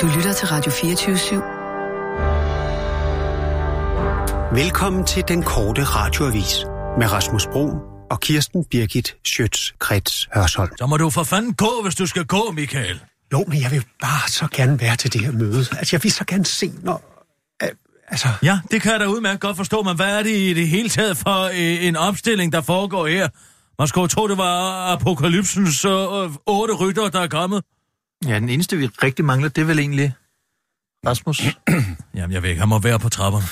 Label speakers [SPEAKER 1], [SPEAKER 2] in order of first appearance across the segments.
[SPEAKER 1] Du lytter til Radio 24
[SPEAKER 2] Velkommen til den korte radioavis med Rasmus Bro og Kirsten Birgit Schøtz-Krets Hørsholm.
[SPEAKER 3] Så må du for fanden gå, hvis du skal gå, Michael.
[SPEAKER 2] Jo, men jeg vil bare så gerne være til det her møde. Altså, jeg vil så gerne se, når... øh, Altså,
[SPEAKER 3] Ja, det kan jeg da udmærket godt forstå, men hvad er det i det hele taget for øh, en opstilling, der foregår her? Man skulle jo tro, det var apokalypsens øh, øh, otte rytter, der er kommet.
[SPEAKER 4] Ja, den eneste, vi rigtig mangler, det er vel egentlig Rasmus.
[SPEAKER 3] Jamen, jeg ved ikke, han må være på trapperne.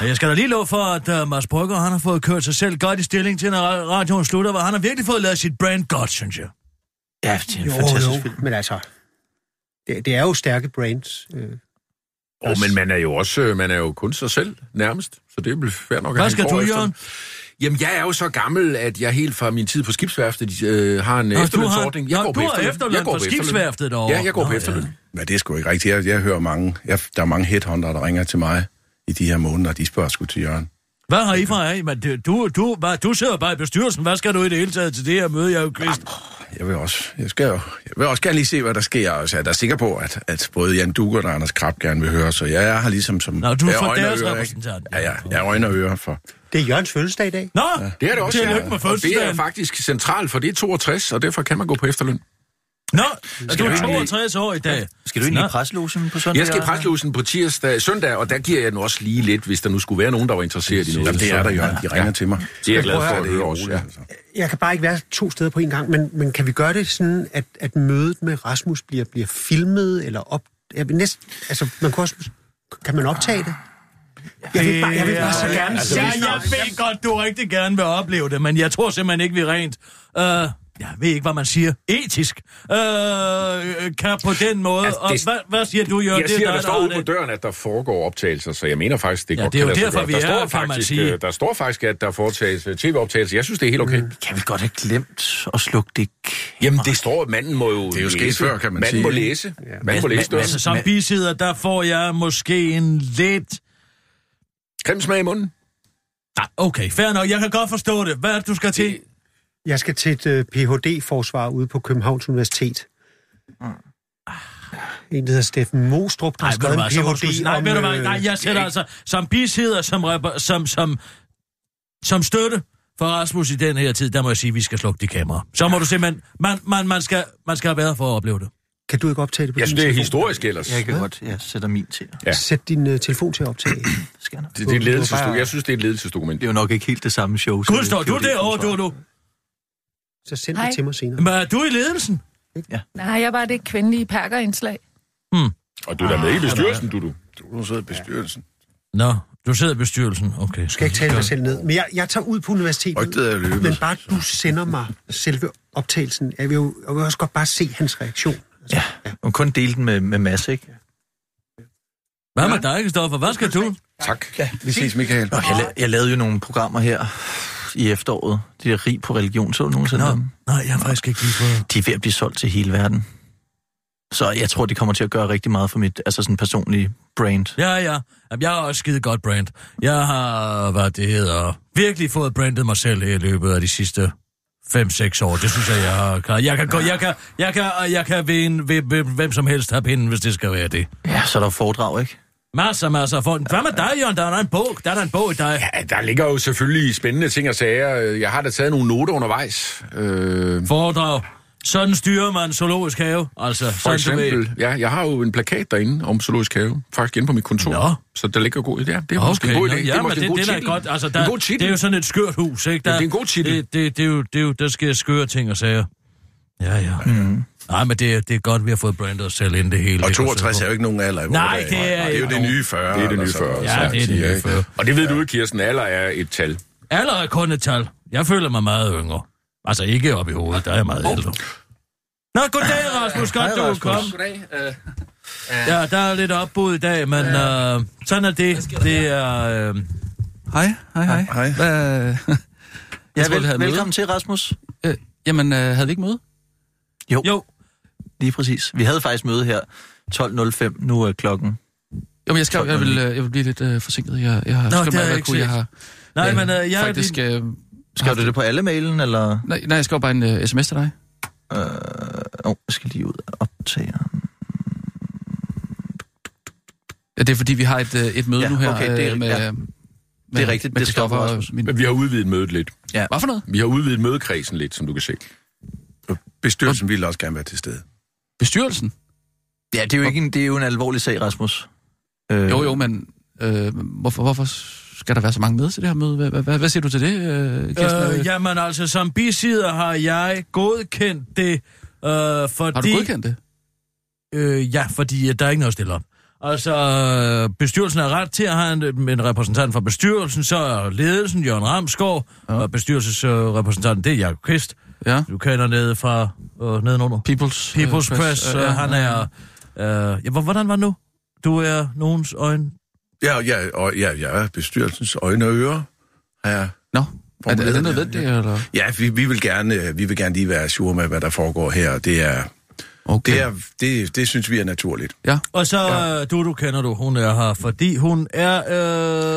[SPEAKER 3] Men Jeg skal da lige love for, at uh, Mads Brygger, han har fået kørt sig selv godt i stilling til, når ra- radioen slutter, hvor han har virkelig fået lavet sit brand godt, synes jeg.
[SPEAKER 4] Ja, det er en
[SPEAKER 2] jo,
[SPEAKER 4] fantastisk
[SPEAKER 2] jo,
[SPEAKER 4] film.
[SPEAKER 2] men altså... Det, det er jo stærke brains. Øh,
[SPEAKER 5] Og, men man er jo også øh, man er jo kun sig selv, nærmest. Så det er vel fair nok, at
[SPEAKER 3] Hvad
[SPEAKER 5] han
[SPEAKER 3] skal
[SPEAKER 5] går
[SPEAKER 3] du,
[SPEAKER 5] efter
[SPEAKER 3] Jørgen?
[SPEAKER 5] den. Jamen, jeg er jo så gammel, at jeg helt fra min tid på skibsværftet øh, har en Nå, efterlønsordning. Jeg
[SPEAKER 3] Nå,
[SPEAKER 5] går
[SPEAKER 3] du
[SPEAKER 5] på
[SPEAKER 3] har efterløn
[SPEAKER 5] Jeg går
[SPEAKER 3] på
[SPEAKER 5] efterløn.
[SPEAKER 3] skibsværftet derovre.
[SPEAKER 5] Ja, jeg går på
[SPEAKER 3] Nå,
[SPEAKER 5] efterløn.
[SPEAKER 6] Men det er sgu ikke rigtigt. Jeg, jeg hører mange, jeg, der er mange headhunter, der ringer til mig i de her måneder, de spørger sgu til Jørgen.
[SPEAKER 3] Hvad har I for af? Men det- du, du, hvad, du sidder bare i bestyrelsen. Hvad skal du i det hele taget til det her møde, jeg er jo
[SPEAKER 5] Ah,
[SPEAKER 3] kvist?
[SPEAKER 6] Jeg vil også, jeg skal jo, jeg vil også gerne lige se, hvad der sker, og så er der sikker på, at, at både Jan Duger og Anders Krab gerne vil høre, så jeg, jeg har ligesom som...
[SPEAKER 3] Nå, du er
[SPEAKER 6] jeg
[SPEAKER 3] for
[SPEAKER 6] øjne og
[SPEAKER 3] deres
[SPEAKER 6] ører, ikke?
[SPEAKER 3] repræsentant.
[SPEAKER 6] Ja, ja, jeg er øjne og ører for.
[SPEAKER 2] det er Jørgens fødselsdag i dag.
[SPEAKER 3] Nå,
[SPEAKER 5] Det er det også,
[SPEAKER 3] Tillykke
[SPEAKER 5] ja.
[SPEAKER 3] med
[SPEAKER 5] og det er
[SPEAKER 3] fødselsdagen.
[SPEAKER 5] faktisk centralt, for det er 62, og derfor kan man gå på efterløn.
[SPEAKER 3] Nå, er du
[SPEAKER 5] vi
[SPEAKER 3] er
[SPEAKER 5] egentlig-
[SPEAKER 3] 62 år i dag.
[SPEAKER 4] Skal du egentlig i
[SPEAKER 3] Nå.
[SPEAKER 4] preslogen på søndag?
[SPEAKER 5] Jeg skal i
[SPEAKER 4] Jørgen?
[SPEAKER 5] preslosen på tirsdag, søndag, og der giver jeg den også lige lidt, hvis der nu skulle være nogen, der var interesseret i noget.
[SPEAKER 6] Jamen, det er der, Jørgen. De ringer til mig.
[SPEAKER 5] Det er jeg glad for
[SPEAKER 6] Så
[SPEAKER 5] at
[SPEAKER 6] er
[SPEAKER 5] høre
[SPEAKER 6] helt
[SPEAKER 5] også,
[SPEAKER 6] roligt,
[SPEAKER 5] ja.
[SPEAKER 6] altså.
[SPEAKER 2] Jeg kan bare ikke være to steder på en gang, men, men kan vi gøre det sådan, at, at mødet med Rasmus bliver, bliver filmet eller op... Jeg vil næsten, altså, man kan, også, kan man optage det? Jeg vil, bare, jeg vil bare så gerne
[SPEAKER 3] Altså,
[SPEAKER 2] se...
[SPEAKER 3] ja, jeg ved godt, du rigtig gerne vil opleve det, men jeg tror simpelthen ikke, vi er rent... Øh, jeg ved ikke, hvad man siger. Etisk. Øh, kan på den måde...
[SPEAKER 5] Altså,
[SPEAKER 3] Altså, det... og
[SPEAKER 5] det-
[SPEAKER 3] hvad, hvad siger du, Jørgen?
[SPEAKER 5] Jeg siger,
[SPEAKER 3] dig,
[SPEAKER 5] der står
[SPEAKER 3] har
[SPEAKER 5] ude på døren, at der foregår optagelser, så jeg mener faktisk, det
[SPEAKER 3] Ja,
[SPEAKER 5] godt
[SPEAKER 3] det er jo
[SPEAKER 5] kan lade sig gøre.
[SPEAKER 3] derfor, vi
[SPEAKER 5] der
[SPEAKER 3] er
[SPEAKER 5] står
[SPEAKER 3] her, kan man
[SPEAKER 5] faktisk,
[SPEAKER 3] sige.
[SPEAKER 5] øh, Der står faktisk, at der foretages øh, tv-optagelser. Jeg synes, det er helt okay. Mm.
[SPEAKER 4] Kan vi godt have glemt at slukke det kamera?
[SPEAKER 5] Jamen, det står, at manden må jo
[SPEAKER 6] Det er jo sket
[SPEAKER 5] læse.
[SPEAKER 6] før, kan man
[SPEAKER 5] manden
[SPEAKER 6] sige,
[SPEAKER 5] Må
[SPEAKER 6] ikke?
[SPEAKER 5] læse. Manden må læse
[SPEAKER 4] men-
[SPEAKER 5] døren.
[SPEAKER 3] Altså, som
[SPEAKER 4] Men-
[SPEAKER 3] bisider, der får jeg måske en lidt...
[SPEAKER 5] Grim smag i munden.
[SPEAKER 3] Ah, okay, fair nok. Jeg kan godt forstå det. Hvad er det, du skal til?
[SPEAKER 2] Jeg skal til et uh, Ph.D.-forsvar ude på Københavns Universitet. En, der hedder Steffen Mostrup, der har
[SPEAKER 3] Nej, Ah. ved
[SPEAKER 2] skrevet en
[SPEAKER 3] du hvad, så må du,
[SPEAKER 2] Ph.D.
[SPEAKER 3] nej,
[SPEAKER 2] om...
[SPEAKER 3] ved du hvad,
[SPEAKER 2] øh,
[SPEAKER 3] nej, jeg sætter altså som bisider, som, rep- som, som, som støtte for Rasmus i den her tid, der må jeg sige, at vi skal slukke de kameraer. Så må du simpelthen, man, man, man, skal, man skal have været for at opleve det.
[SPEAKER 2] Kan du ikke optage det på
[SPEAKER 5] Jeg
[SPEAKER 2] din
[SPEAKER 5] synes, det er
[SPEAKER 2] telefon?
[SPEAKER 5] historisk ellers.
[SPEAKER 4] Jeg kan godt, jeg sætter min til.
[SPEAKER 5] Ja.
[SPEAKER 2] Sæt din uh, telefon til at optage.
[SPEAKER 4] Skal jeg nok.
[SPEAKER 5] Det, det er et
[SPEAKER 2] bare-
[SPEAKER 5] ledelsesdokument. Jeg synes, det er et ledelsesdokument.
[SPEAKER 4] Det er jo nok ikke helt det samme show. som
[SPEAKER 3] Gud, står
[SPEAKER 4] det
[SPEAKER 3] du
[SPEAKER 4] gjorde det,
[SPEAKER 3] derovre,
[SPEAKER 4] tror
[SPEAKER 3] du,
[SPEAKER 4] jeg.
[SPEAKER 3] du.
[SPEAKER 2] Så send det
[SPEAKER 7] Hej.
[SPEAKER 2] til mig senere.
[SPEAKER 3] Men er du i ledelsen?
[SPEAKER 7] Nej, jeg var det kvindelige perkerindslag.
[SPEAKER 5] Og du er da med i
[SPEAKER 3] Ah,
[SPEAKER 5] bestyrelsen, du du.
[SPEAKER 6] Du nu sidder i bestyrelsen.
[SPEAKER 3] Nå, du sidder i bestyrelsen. Okay.
[SPEAKER 2] Du skal ikke tale dig selv ned. Men jeg, jeg tager ud på universitetet,
[SPEAKER 6] Rygtet er løbet.
[SPEAKER 2] men bare du sender mig selve optagelsen. Jeg vil jo jeg vil også godt bare se hans reaktion.
[SPEAKER 4] Ja, hun kun dele den med, med Mads, ikke?
[SPEAKER 3] Hvad med dig, Kristoffer? Hvad skal du?
[SPEAKER 6] Tak. Ja, vi ses, Michael.
[SPEAKER 4] Nå, jeg, la- jeg lavede jo nogle programmer her i efteråret. De der rig på religion, så du nogensinde
[SPEAKER 3] Nå,
[SPEAKER 4] dem?
[SPEAKER 3] nej, jeg har faktisk ikke lige fået...
[SPEAKER 4] De er ved at blive solgt til hele verden. Så jeg tror, det kommer til at gøre rigtig meget for mit altså sådan personlige brand.
[SPEAKER 3] Ja, ja. Jamen, jeg har også skide godt brand. Jeg har, hvad det hedder, virkelig fået brandet mig selv her i løbet af de sidste 5-6 år. Det synes jeg, jeg har klaret. Jeg kan, gå, jeg kan, jeg kan, jeg kan ved, en, ved, ved, hvem som helst have pinden, hvis det skal være det.
[SPEAKER 4] Ja, så er der jo foredrag, ikke?
[SPEAKER 3] Masser, masser af folk. Hvad med dig, Jørgen? Der er da en bog. Der er der en bog i dig.
[SPEAKER 5] Ja, der ligger jo selvfølgelig spændende ting og sager. Jeg har da taget nogle noter undervejs. Øh,
[SPEAKER 3] Foredrag. Sådan styrer man en zoologisk have. Altså,
[SPEAKER 5] for
[SPEAKER 3] sådan du ved.
[SPEAKER 5] eksempel, ja, jeg har jo en plakat derinde om zoologisk have, faktisk inde på mit kontor.
[SPEAKER 3] Nå.
[SPEAKER 5] Så der ligger god idé. Det er okay, måske
[SPEAKER 3] Okay,
[SPEAKER 5] en
[SPEAKER 3] nå,
[SPEAKER 5] god idé.
[SPEAKER 3] ja,
[SPEAKER 5] er
[SPEAKER 3] men
[SPEAKER 5] måske
[SPEAKER 3] det,
[SPEAKER 5] en god
[SPEAKER 3] det, er da
[SPEAKER 5] titel.
[SPEAKER 3] godt. Altså,
[SPEAKER 5] en
[SPEAKER 3] der,
[SPEAKER 5] god titel.
[SPEAKER 3] det er jo sådan et skørt hus, ikke? Der,
[SPEAKER 5] Ja, det er en god titel.
[SPEAKER 3] Det, det, det, er jo, det er jo, der sker skøre ting og sager. Ja, ja. Mm. Nej, men det, er- det er godt, vi har fået brandet os selv ind det hele.
[SPEAKER 6] Og
[SPEAKER 3] Det går
[SPEAKER 6] 62
[SPEAKER 3] selv
[SPEAKER 6] er jo ikke nogen alder i vores
[SPEAKER 3] Nej,
[SPEAKER 6] dage.
[SPEAKER 3] det er-
[SPEAKER 6] det er jo det nye 40.
[SPEAKER 5] Det er det
[SPEAKER 6] eller
[SPEAKER 5] nye
[SPEAKER 6] sådan
[SPEAKER 5] 40.
[SPEAKER 6] noget,
[SPEAKER 3] Ja,
[SPEAKER 6] så
[SPEAKER 3] det er det
[SPEAKER 6] siger,
[SPEAKER 3] nye
[SPEAKER 6] ikke?
[SPEAKER 3] 40.
[SPEAKER 5] Og det ved du jo, Kirsten, alder er et tal.
[SPEAKER 3] på. Alder er kun et tal. Jeg føler mig meget yngre. Altså ikke op i hovedet, der er jeg meget ældre. Nå, goddag, Rasmus. Godt, du er kommet. Ja, der er lidt opbud i dag, men øh, sådan er det. Det er... Øh,
[SPEAKER 8] Hej, hej, hej.
[SPEAKER 6] Hej.
[SPEAKER 8] Hvad, jeg
[SPEAKER 4] Ja,
[SPEAKER 8] troede, vi
[SPEAKER 4] vel,
[SPEAKER 8] havde
[SPEAKER 4] velkommen til, Rasmus.
[SPEAKER 8] møde. Øh, jamen, øh, havde vi ikke møde?
[SPEAKER 3] jo,
[SPEAKER 4] Lige præcis. Vi havde faktisk møde her 12.05. Nu er klokken.
[SPEAKER 8] Jo, men jeg, skal, jeg, vil, øh, jeg vil blive lidt øh, forsinket. Jeg, jeg har
[SPEAKER 3] det har
[SPEAKER 8] skrevet mig,
[SPEAKER 3] jeg
[SPEAKER 8] hvad
[SPEAKER 3] ikke
[SPEAKER 8] kunne jeg
[SPEAKER 3] set.
[SPEAKER 8] har...
[SPEAKER 3] nej, men øh, jeg...
[SPEAKER 8] faktisk, øh,
[SPEAKER 4] Skrev du det på alle mailen, eller?
[SPEAKER 8] nej, nej, jeg skrev bare en øh, sms til dig.
[SPEAKER 4] Øh, oh, jeg skal lige ud og optage.
[SPEAKER 8] det er fordi, vi har et, øh, et møde
[SPEAKER 4] Ja,
[SPEAKER 8] nu her
[SPEAKER 4] okay, det er-
[SPEAKER 8] øh, med,
[SPEAKER 4] ja.
[SPEAKER 8] med...
[SPEAKER 4] Det er rigtigt,
[SPEAKER 8] Med
[SPEAKER 4] det skal
[SPEAKER 8] Christoffer
[SPEAKER 4] du
[SPEAKER 8] og
[SPEAKER 4] også.
[SPEAKER 8] min...
[SPEAKER 5] Men vi har udvidet mødet lidt.
[SPEAKER 4] Ja.
[SPEAKER 8] Hvad for noget?
[SPEAKER 5] Vi har udvidet mødekredsen lidt, som du kan se.
[SPEAKER 6] Bestyrelsen ville også gerne være til stede.
[SPEAKER 8] Bestyrelsen?
[SPEAKER 4] Ja, det er jo, ikke en, det er jo en alvorlig sag, Rasmus. Øh,
[SPEAKER 8] Jo, jo, men øh, hvorfor, hvorfor skal der være så mange med til det her møde? Hvad, hvad, hvad, hvad siger du til det, øh, Kirsten?
[SPEAKER 3] Øh, jamen altså, som bisider har jeg godkendt det, øh, fordi...
[SPEAKER 8] Har du godkendt det?
[SPEAKER 3] Øh, ja, fordi øh, der er ikke noget at stille op. Altså, øh, bestyrelsen har ret til at have en, en repræsentant fra bestyrelsen, så er ledelsen Jørgen Ramskov, ja. og bestyrelsesrepræsentanten, det er Jacob Kvist.
[SPEAKER 8] Ja.
[SPEAKER 3] Du kender nede fra øh, nedenunder.
[SPEAKER 8] People's, øh,
[SPEAKER 3] People's Press, press
[SPEAKER 8] øh,
[SPEAKER 3] øh, han er... Øh, ja, hvor- hvordan var det nu? Du er nogens øjne.
[SPEAKER 6] Ja, ja, og ja, ja, bestyrelsens øjne og ører. Ja,
[SPEAKER 8] Nå, er, det- er
[SPEAKER 6] formuleret,
[SPEAKER 8] det
[SPEAKER 6] ja.
[SPEAKER 8] nødvendigt, eller?
[SPEAKER 6] ja vi, vi, vil gerne, øh, vi vil gerne lige være sure med, hvad der foregår her. og Det er,
[SPEAKER 8] Okay.
[SPEAKER 6] det, er, det, det synes vi er naturligt.
[SPEAKER 3] Og så ja. du, du kender du, hun er her, fordi hun er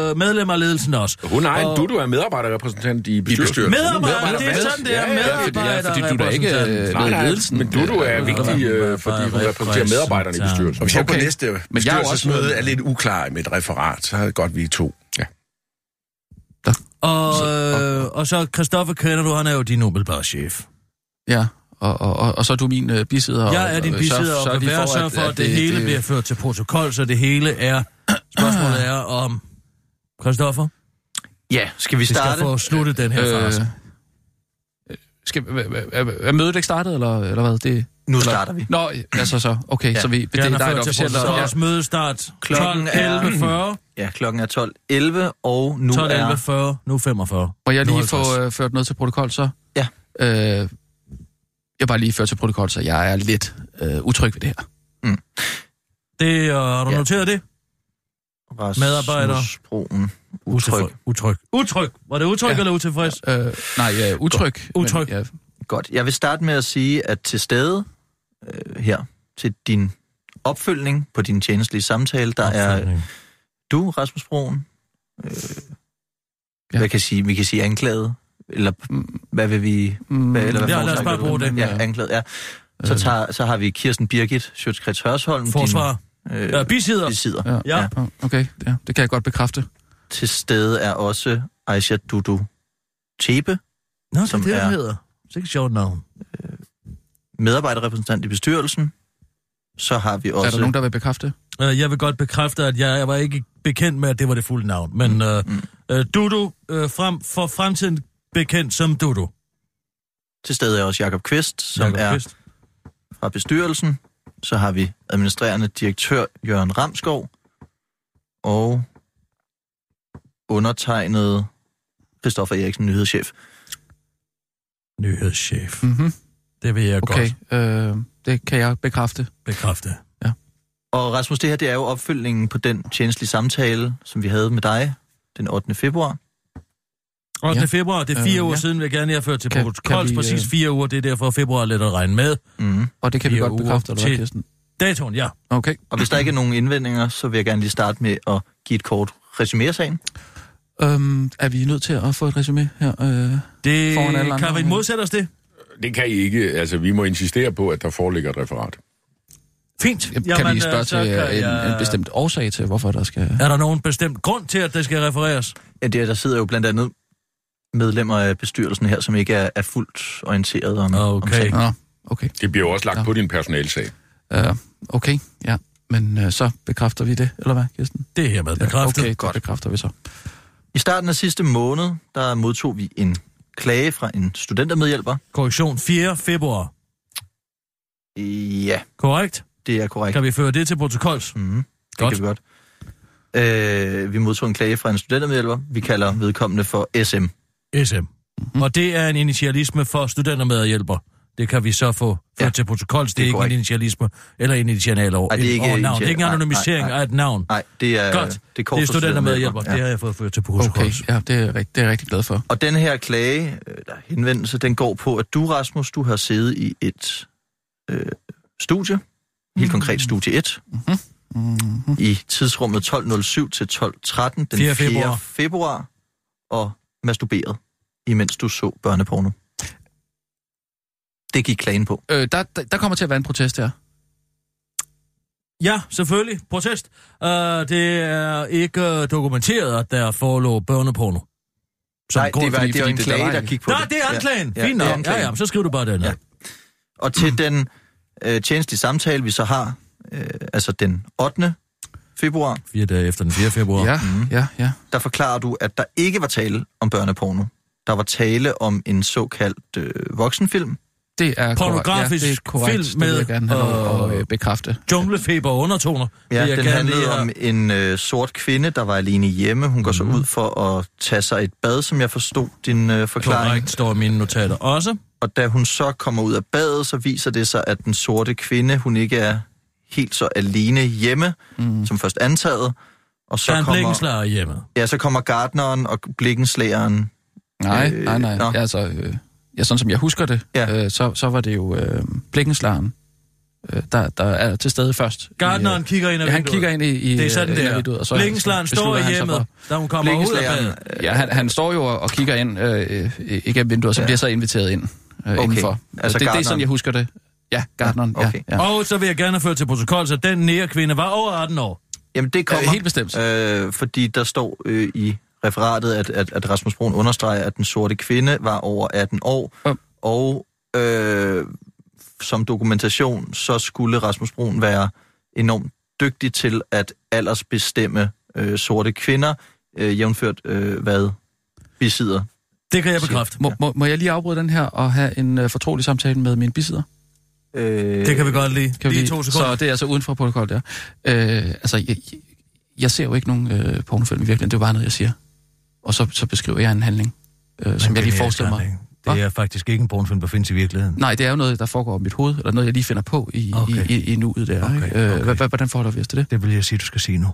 [SPEAKER 3] øh, medlem af ledelsen også.
[SPEAKER 5] Hun er en du, du er medarbejderrepræsentant i bestyrelsen.
[SPEAKER 6] bestyrelsen.
[SPEAKER 3] Medarbejder, det er
[SPEAKER 5] Medarbejder-
[SPEAKER 3] sådan, det er
[SPEAKER 5] Ja, ja, fordi- ja,
[SPEAKER 8] fordi du da ikke,
[SPEAKER 3] medarbejderrepræsentant.
[SPEAKER 8] øh,
[SPEAKER 5] Nej,
[SPEAKER 8] ved
[SPEAKER 5] nej,
[SPEAKER 8] ledelsen.
[SPEAKER 5] men Dudu er
[SPEAKER 8] Øh,
[SPEAKER 5] vigtig, øh, fordi hun repræsenterer medarbejderne i bestyrelsen.
[SPEAKER 6] Og hvis okay. jeg
[SPEAKER 8] Okay.
[SPEAKER 6] på næste
[SPEAKER 8] Men jeg er jo også-
[SPEAKER 6] bestyrelsesmøde er lidt uklar med et referat, så er det godt, vi er to. Ja.
[SPEAKER 3] Og, øh, og så Christoffer kender du, han er jo din umiddelbare chef.
[SPEAKER 8] Ja, og, og, og, og så er du min øh, bisidder. og-
[SPEAKER 3] Jeg er din
[SPEAKER 8] og sørg-
[SPEAKER 3] bisidder og
[SPEAKER 8] sørg lige
[SPEAKER 3] bevæger sig for, at det hele bliver ført til protokol, så det hele er... Spørgsmålet er om... Christoffer,
[SPEAKER 4] Ja, skal vi
[SPEAKER 3] vi skal
[SPEAKER 4] starte?
[SPEAKER 3] få sluttet den her fase.
[SPEAKER 8] Øh, skal, er, er, er mødet ikke startet, eller, eller hvad? Det,
[SPEAKER 4] Nu
[SPEAKER 8] eller,
[SPEAKER 4] starter vi.
[SPEAKER 8] Nå, altså så. Okay, ja. så vi, det,
[SPEAKER 3] Den
[SPEAKER 8] der
[SPEAKER 3] er
[SPEAKER 8] er
[SPEAKER 3] ført
[SPEAKER 8] et
[SPEAKER 3] til
[SPEAKER 8] officielt... Ja.
[SPEAKER 3] protokols mødestart
[SPEAKER 4] Klokken er-
[SPEAKER 3] 12.11.40.
[SPEAKER 4] Ja, klokken er 12.11, og nu er...
[SPEAKER 3] 12.11.40, nu 45.
[SPEAKER 8] Må jeg lige
[SPEAKER 3] 58.
[SPEAKER 8] få øh, ført noget til protokol, så?
[SPEAKER 4] Ja.
[SPEAKER 8] Øh, jeg vil bare lige ført til protokol, så jeg er lidt øh, utryg ved det her.
[SPEAKER 3] Det, øh, har du
[SPEAKER 4] Ja.
[SPEAKER 3] noteret det? medarbejder.
[SPEAKER 4] Rasmusbroen. Utryg.
[SPEAKER 3] Utilfreds. Utryg. Utryg. Var det utryg
[SPEAKER 8] Ja.
[SPEAKER 3] eller utilfreds?
[SPEAKER 8] Øh, nej, jeg er utryg.
[SPEAKER 3] Utryg.
[SPEAKER 8] Men, ja,
[SPEAKER 4] Godt. Jeg vil starte med at sige, at til stede øh, her til din opfølgning på din tjenestlige samtale, der er
[SPEAKER 3] Opfølgning.
[SPEAKER 4] du, Rasmus Broen. Øh,
[SPEAKER 8] Ja.
[SPEAKER 4] ja. Hvad kan jeg sige? Vi kan sige anklaget. Eller mm, hvad vil vi... Hvad, eller hvad
[SPEAKER 3] Ja, lad
[SPEAKER 8] Mm.
[SPEAKER 3] os
[SPEAKER 4] foretrækker
[SPEAKER 3] bare
[SPEAKER 4] du?
[SPEAKER 3] bruge det.
[SPEAKER 4] Ja, anklaget, ja. Så, tager, så har vi Kirsten Birgit Sjøtskrets Hørsholm.
[SPEAKER 3] Forsvar.
[SPEAKER 4] Din, øh,
[SPEAKER 3] Ja, bisidder.
[SPEAKER 4] besidder.
[SPEAKER 8] Ja.
[SPEAKER 3] Ja.
[SPEAKER 8] Okay, ja, det kan jeg godt bekræfte.
[SPEAKER 4] Til stede er også Aisha Dudu Tebe,
[SPEAKER 3] Nå, det er
[SPEAKER 4] Som
[SPEAKER 3] det, den
[SPEAKER 4] er-
[SPEAKER 3] hedder. Det er ikke et sjovt navn.
[SPEAKER 4] medarbejderrepræsentant i bestyrelsen. Så har vi
[SPEAKER 8] Er
[SPEAKER 4] også...
[SPEAKER 8] der nogen, der vil bekræfte?
[SPEAKER 3] Øh, Jeg vil godt bekræfte, at jeg, jeg var ikke bekendt med, at det var det fulde navn.
[SPEAKER 8] Mm,
[SPEAKER 3] Men øh, øh, Dudu, øh, frem, for fremtiden bekendt som Dudu.
[SPEAKER 4] Til stede er også Jakob Kvist, som
[SPEAKER 3] Jakob
[SPEAKER 4] Jacob er Kvist.
[SPEAKER 3] Kvist.
[SPEAKER 4] fra bestyrelsen. Så har vi administrerende direktør Jørgen Ramskov og undertegnet Christoffer Eriksen, nyhedschef.
[SPEAKER 3] Nyhedschef.
[SPEAKER 8] Mm-hmm.
[SPEAKER 3] Det vil jeg
[SPEAKER 8] Okay,
[SPEAKER 3] okay. godt
[SPEAKER 8] øh, det kan jeg bekræfte.
[SPEAKER 3] bekræfte.
[SPEAKER 4] Og Rasmus, det her det er jo opfølgningen på den tjenestlige samtale, som vi havde med dig den 8. februar.
[SPEAKER 3] 8.
[SPEAKER 8] Ja.
[SPEAKER 3] Ja. februar, det er fire
[SPEAKER 8] Øh,
[SPEAKER 3] øh, uger
[SPEAKER 8] ja.
[SPEAKER 3] ja. siden, vil jeg gerne lige have ført til
[SPEAKER 8] Kan- kan
[SPEAKER 3] protokols.
[SPEAKER 8] vi, øh,
[SPEAKER 3] Præcis fire uger, det er derfor februar er let at regne med.
[SPEAKER 4] Mm.
[SPEAKER 8] Og det kan vi
[SPEAKER 3] Fire
[SPEAKER 8] godt
[SPEAKER 3] uger
[SPEAKER 8] bekræfte, eller hvad,
[SPEAKER 3] til-
[SPEAKER 8] Kirsten?
[SPEAKER 3] Datoen, ja.
[SPEAKER 8] Okay.
[SPEAKER 4] Og hvis der ikke er nogen indvendinger, så vil jeg gerne lige starte med at give et kort resumé af sagen.
[SPEAKER 8] Øhm, er vi nødt til at få et resume her? Øh,
[SPEAKER 3] Det
[SPEAKER 8] Foran alle andre,
[SPEAKER 3] kan vi
[SPEAKER 8] ja.
[SPEAKER 3] modsætte os det.
[SPEAKER 5] Det kan I ikke. Altså, vi må insistere på, at der foreligger et referat.
[SPEAKER 3] Fint.
[SPEAKER 8] kan Jamen, vi spørge
[SPEAKER 3] øh,
[SPEAKER 8] til
[SPEAKER 3] så kan
[SPEAKER 8] en,
[SPEAKER 3] jeg-
[SPEAKER 8] en bestemt årsag til, hvorfor der skal...
[SPEAKER 3] Er der nogen bestemt grund til, at det skal refereres?
[SPEAKER 4] Ja, det, er- der sidder jo blandt andet medlemmer af bestyrelsen her, som ikke er, er fuldt orienteret om, om
[SPEAKER 3] Okay.
[SPEAKER 4] sagen.
[SPEAKER 8] Nå, okay.
[SPEAKER 5] Det bliver jo også lagt
[SPEAKER 8] Ja.
[SPEAKER 5] ja. på din personalsag.
[SPEAKER 8] Øh, okay, ja. Men øh, så bekræfter vi det, eller hvad, Kirsten?
[SPEAKER 3] Det er hermed bekræftet.
[SPEAKER 8] Okay, godt. bekræfter vi så.
[SPEAKER 4] I starten af sidste måned, der modtog vi en klage fra en studentermedhjælper.
[SPEAKER 3] Korrektion 4. februar.
[SPEAKER 4] Ja,
[SPEAKER 3] Korrekt?
[SPEAKER 4] det er korrekt.
[SPEAKER 3] Kan vi føre det til protokols?
[SPEAKER 4] Mm, det
[SPEAKER 3] Godt.
[SPEAKER 4] kan vi godt. Øh, vi modtog en klage fra en studentermedhjælper. Vi kalder vedkommende for SM.
[SPEAKER 3] SM.
[SPEAKER 4] Mhm.
[SPEAKER 3] Mm-hmm. Og det er en initialisme for studentermedhjælper. Det kan vi så få ført
[SPEAKER 4] Ja.
[SPEAKER 3] ja. til protokols. Det er,
[SPEAKER 4] Det er
[SPEAKER 3] ikke
[SPEAKER 4] korrekt.
[SPEAKER 3] en initialisme eller en initial over,
[SPEAKER 4] Ej, det er ikke
[SPEAKER 3] over navn. Det er ikke en
[SPEAKER 4] initial- nej,
[SPEAKER 3] anonymisering
[SPEAKER 4] nej, nej.
[SPEAKER 3] af et navn.
[SPEAKER 4] Nej, det er
[SPEAKER 3] Godt.
[SPEAKER 4] det er
[SPEAKER 3] Det er studentermedhjælper. Ja. Det har jeg fået ført til
[SPEAKER 8] Okay,
[SPEAKER 3] protokols. Okay.
[SPEAKER 8] ja, det er, rigt- det er jeg rigtig glad for.
[SPEAKER 4] Og den her klage, øh, der er henvendelse, den går på, at du, Rasmus, du har siddet i et øh, studie, helt konkret studie 1,
[SPEAKER 8] Mm-hmm.
[SPEAKER 4] i tidsrummet 12.07 til 12.13 den 4. februar,
[SPEAKER 3] 4. februar.
[SPEAKER 4] februar og masturberet, imens du så børneporno. Det gik klagen på.
[SPEAKER 8] Øh, der, der, der kommer til at være en protest her.
[SPEAKER 3] Ja, selvfølgelig. Protest. Uh, det er ikke uh, dokumenteret, at der forelå børneporno. Som
[SPEAKER 4] Nej, det var,
[SPEAKER 3] fordi-
[SPEAKER 4] det var en
[SPEAKER 3] fordi
[SPEAKER 4] klage,
[SPEAKER 3] var
[SPEAKER 4] der gik på
[SPEAKER 3] Nå, det er anklagen.
[SPEAKER 4] Ja,
[SPEAKER 3] Fint
[SPEAKER 4] det er
[SPEAKER 3] nok. Ja,
[SPEAKER 4] anklagen.
[SPEAKER 3] ja, men så skriver du bare den. Ja.
[SPEAKER 4] Ja. Og til den øh, tjenestlige samtale, vi så har, øh, altså den 8. februar,
[SPEAKER 3] Fire dage efter den 4. februar.
[SPEAKER 8] Ja, ja, ja.
[SPEAKER 4] der forklarer du, at der ikke var tale om børneporno. Der var tale om en såkaldt øh, voksenfilm.
[SPEAKER 8] Det er
[SPEAKER 3] Pornografisk
[SPEAKER 8] korrekt. Ja, det er korrekt.
[SPEAKER 3] film
[SPEAKER 8] det vil jeg
[SPEAKER 3] med,
[SPEAKER 8] gerne have lov at
[SPEAKER 3] øh,
[SPEAKER 8] øh, bekræfte.
[SPEAKER 3] Junglefeber og undertoner.
[SPEAKER 4] Ja,
[SPEAKER 3] vil jeg
[SPEAKER 4] den
[SPEAKER 3] gerne
[SPEAKER 4] handlede
[SPEAKER 3] lige have-
[SPEAKER 4] om en øh, sort kvinde, der var alene hjemme. Hun går så ud for at tage sig et bad, som jeg forstod din øh, forklaring.
[SPEAKER 3] Mhm. Korrekt, står i mine notater også.
[SPEAKER 4] Og da hun så kommer ud af badet, så viser det sig, at den sorte kvinde, hun ikke er helt så alene hjemme, mm. som først antaget. Og så
[SPEAKER 3] Mhm. Der er en
[SPEAKER 4] kommer,
[SPEAKER 3] blikkenslager hjemme.
[SPEAKER 4] ja, så kommer gardneren og blikkenslageren.
[SPEAKER 8] Nej,
[SPEAKER 4] Øh,
[SPEAKER 8] nej, nej.
[SPEAKER 4] nå.
[SPEAKER 8] Ja, altså, øh, ja, sådan som jeg husker det,
[SPEAKER 4] Ja.
[SPEAKER 8] ja. øh, så, så var det jo øh, blikkenslaren, øh, der, der er til stede først.
[SPEAKER 3] Gardneren kigger ind
[SPEAKER 8] i,
[SPEAKER 3] ad
[SPEAKER 8] øh, ja, han
[SPEAKER 3] vinduet.
[SPEAKER 8] kigger ind i, i
[SPEAKER 3] Det er sådan
[SPEAKER 8] øh, ind ad
[SPEAKER 3] der.
[SPEAKER 8] vinduet, og så-
[SPEAKER 3] Blikkenslageren
[SPEAKER 8] så
[SPEAKER 3] står i
[SPEAKER 8] beslutter han sig
[SPEAKER 3] hjemmet, da hun kommer ud af
[SPEAKER 4] Blikkenslageren,
[SPEAKER 3] badet.
[SPEAKER 8] for- Ja, han, han står jo og og kigger ind øh, øh, igennem vinduet, og så
[SPEAKER 4] Ja.
[SPEAKER 8] ja. bliver så inviteret ind øh, okay. indenfor.
[SPEAKER 4] Altså
[SPEAKER 8] Altså det, det er
[SPEAKER 4] gartneren.
[SPEAKER 8] sådan, jeg husker det. Ja, gardneren. Ja,
[SPEAKER 4] okay.
[SPEAKER 8] okay. ja.
[SPEAKER 3] Og så vil jeg gerne føre til protokol, så den nære kvinde var over 18 år.
[SPEAKER 4] Jamen, det kommer.
[SPEAKER 8] Øh, helt bestemt.
[SPEAKER 4] Øh, fordi der står øh, i referatet, at, at, at Rasmus Brun understreger, at den sorte kvinde var over 18 år,
[SPEAKER 8] Om.
[SPEAKER 4] og øh, som dokumentation, så skulle Rasmus Brun være enormt dygtig til at aldersbestemme øh, sorte kvinder, øh, jævnført øh, hvad besidder.
[SPEAKER 3] Det kan jeg bekræfte.
[SPEAKER 8] Må, må, må jeg lige afbryde den her og have en øh, fortrolig samtale med min bisidder?
[SPEAKER 4] Øh,
[SPEAKER 3] Det kan vi godt lide.
[SPEAKER 8] Kan vi
[SPEAKER 3] Lige
[SPEAKER 8] lige-
[SPEAKER 3] to sekunder.
[SPEAKER 8] Så det er altså uden for protokol, der. Øh, altså, jeg, jeg ser jo ikke nogen øh, pornofilm i virkeligheden. Det er jo bare noget, jeg siger. Og så, så beskriver jeg en handling, øh, som
[SPEAKER 3] Men
[SPEAKER 8] jeg
[SPEAKER 3] det
[SPEAKER 8] lige
[SPEAKER 3] er
[SPEAKER 8] forestiller mig.
[SPEAKER 3] ikke engang, ikke? Det er faktisk ikke en pornofilm, der findes i virkeligheden.
[SPEAKER 8] Nej, det er jo noget, der foregår i mit hoved, eller noget, jeg lige finder på i,
[SPEAKER 3] Okay.
[SPEAKER 8] okay. i, i, i nuet der.
[SPEAKER 3] Okay,
[SPEAKER 8] Okay, okay. Øh,
[SPEAKER 3] okay.
[SPEAKER 8] hva- hva- hvordan forholder vi os til det?
[SPEAKER 3] Det vil jeg sige, du skal sige nu.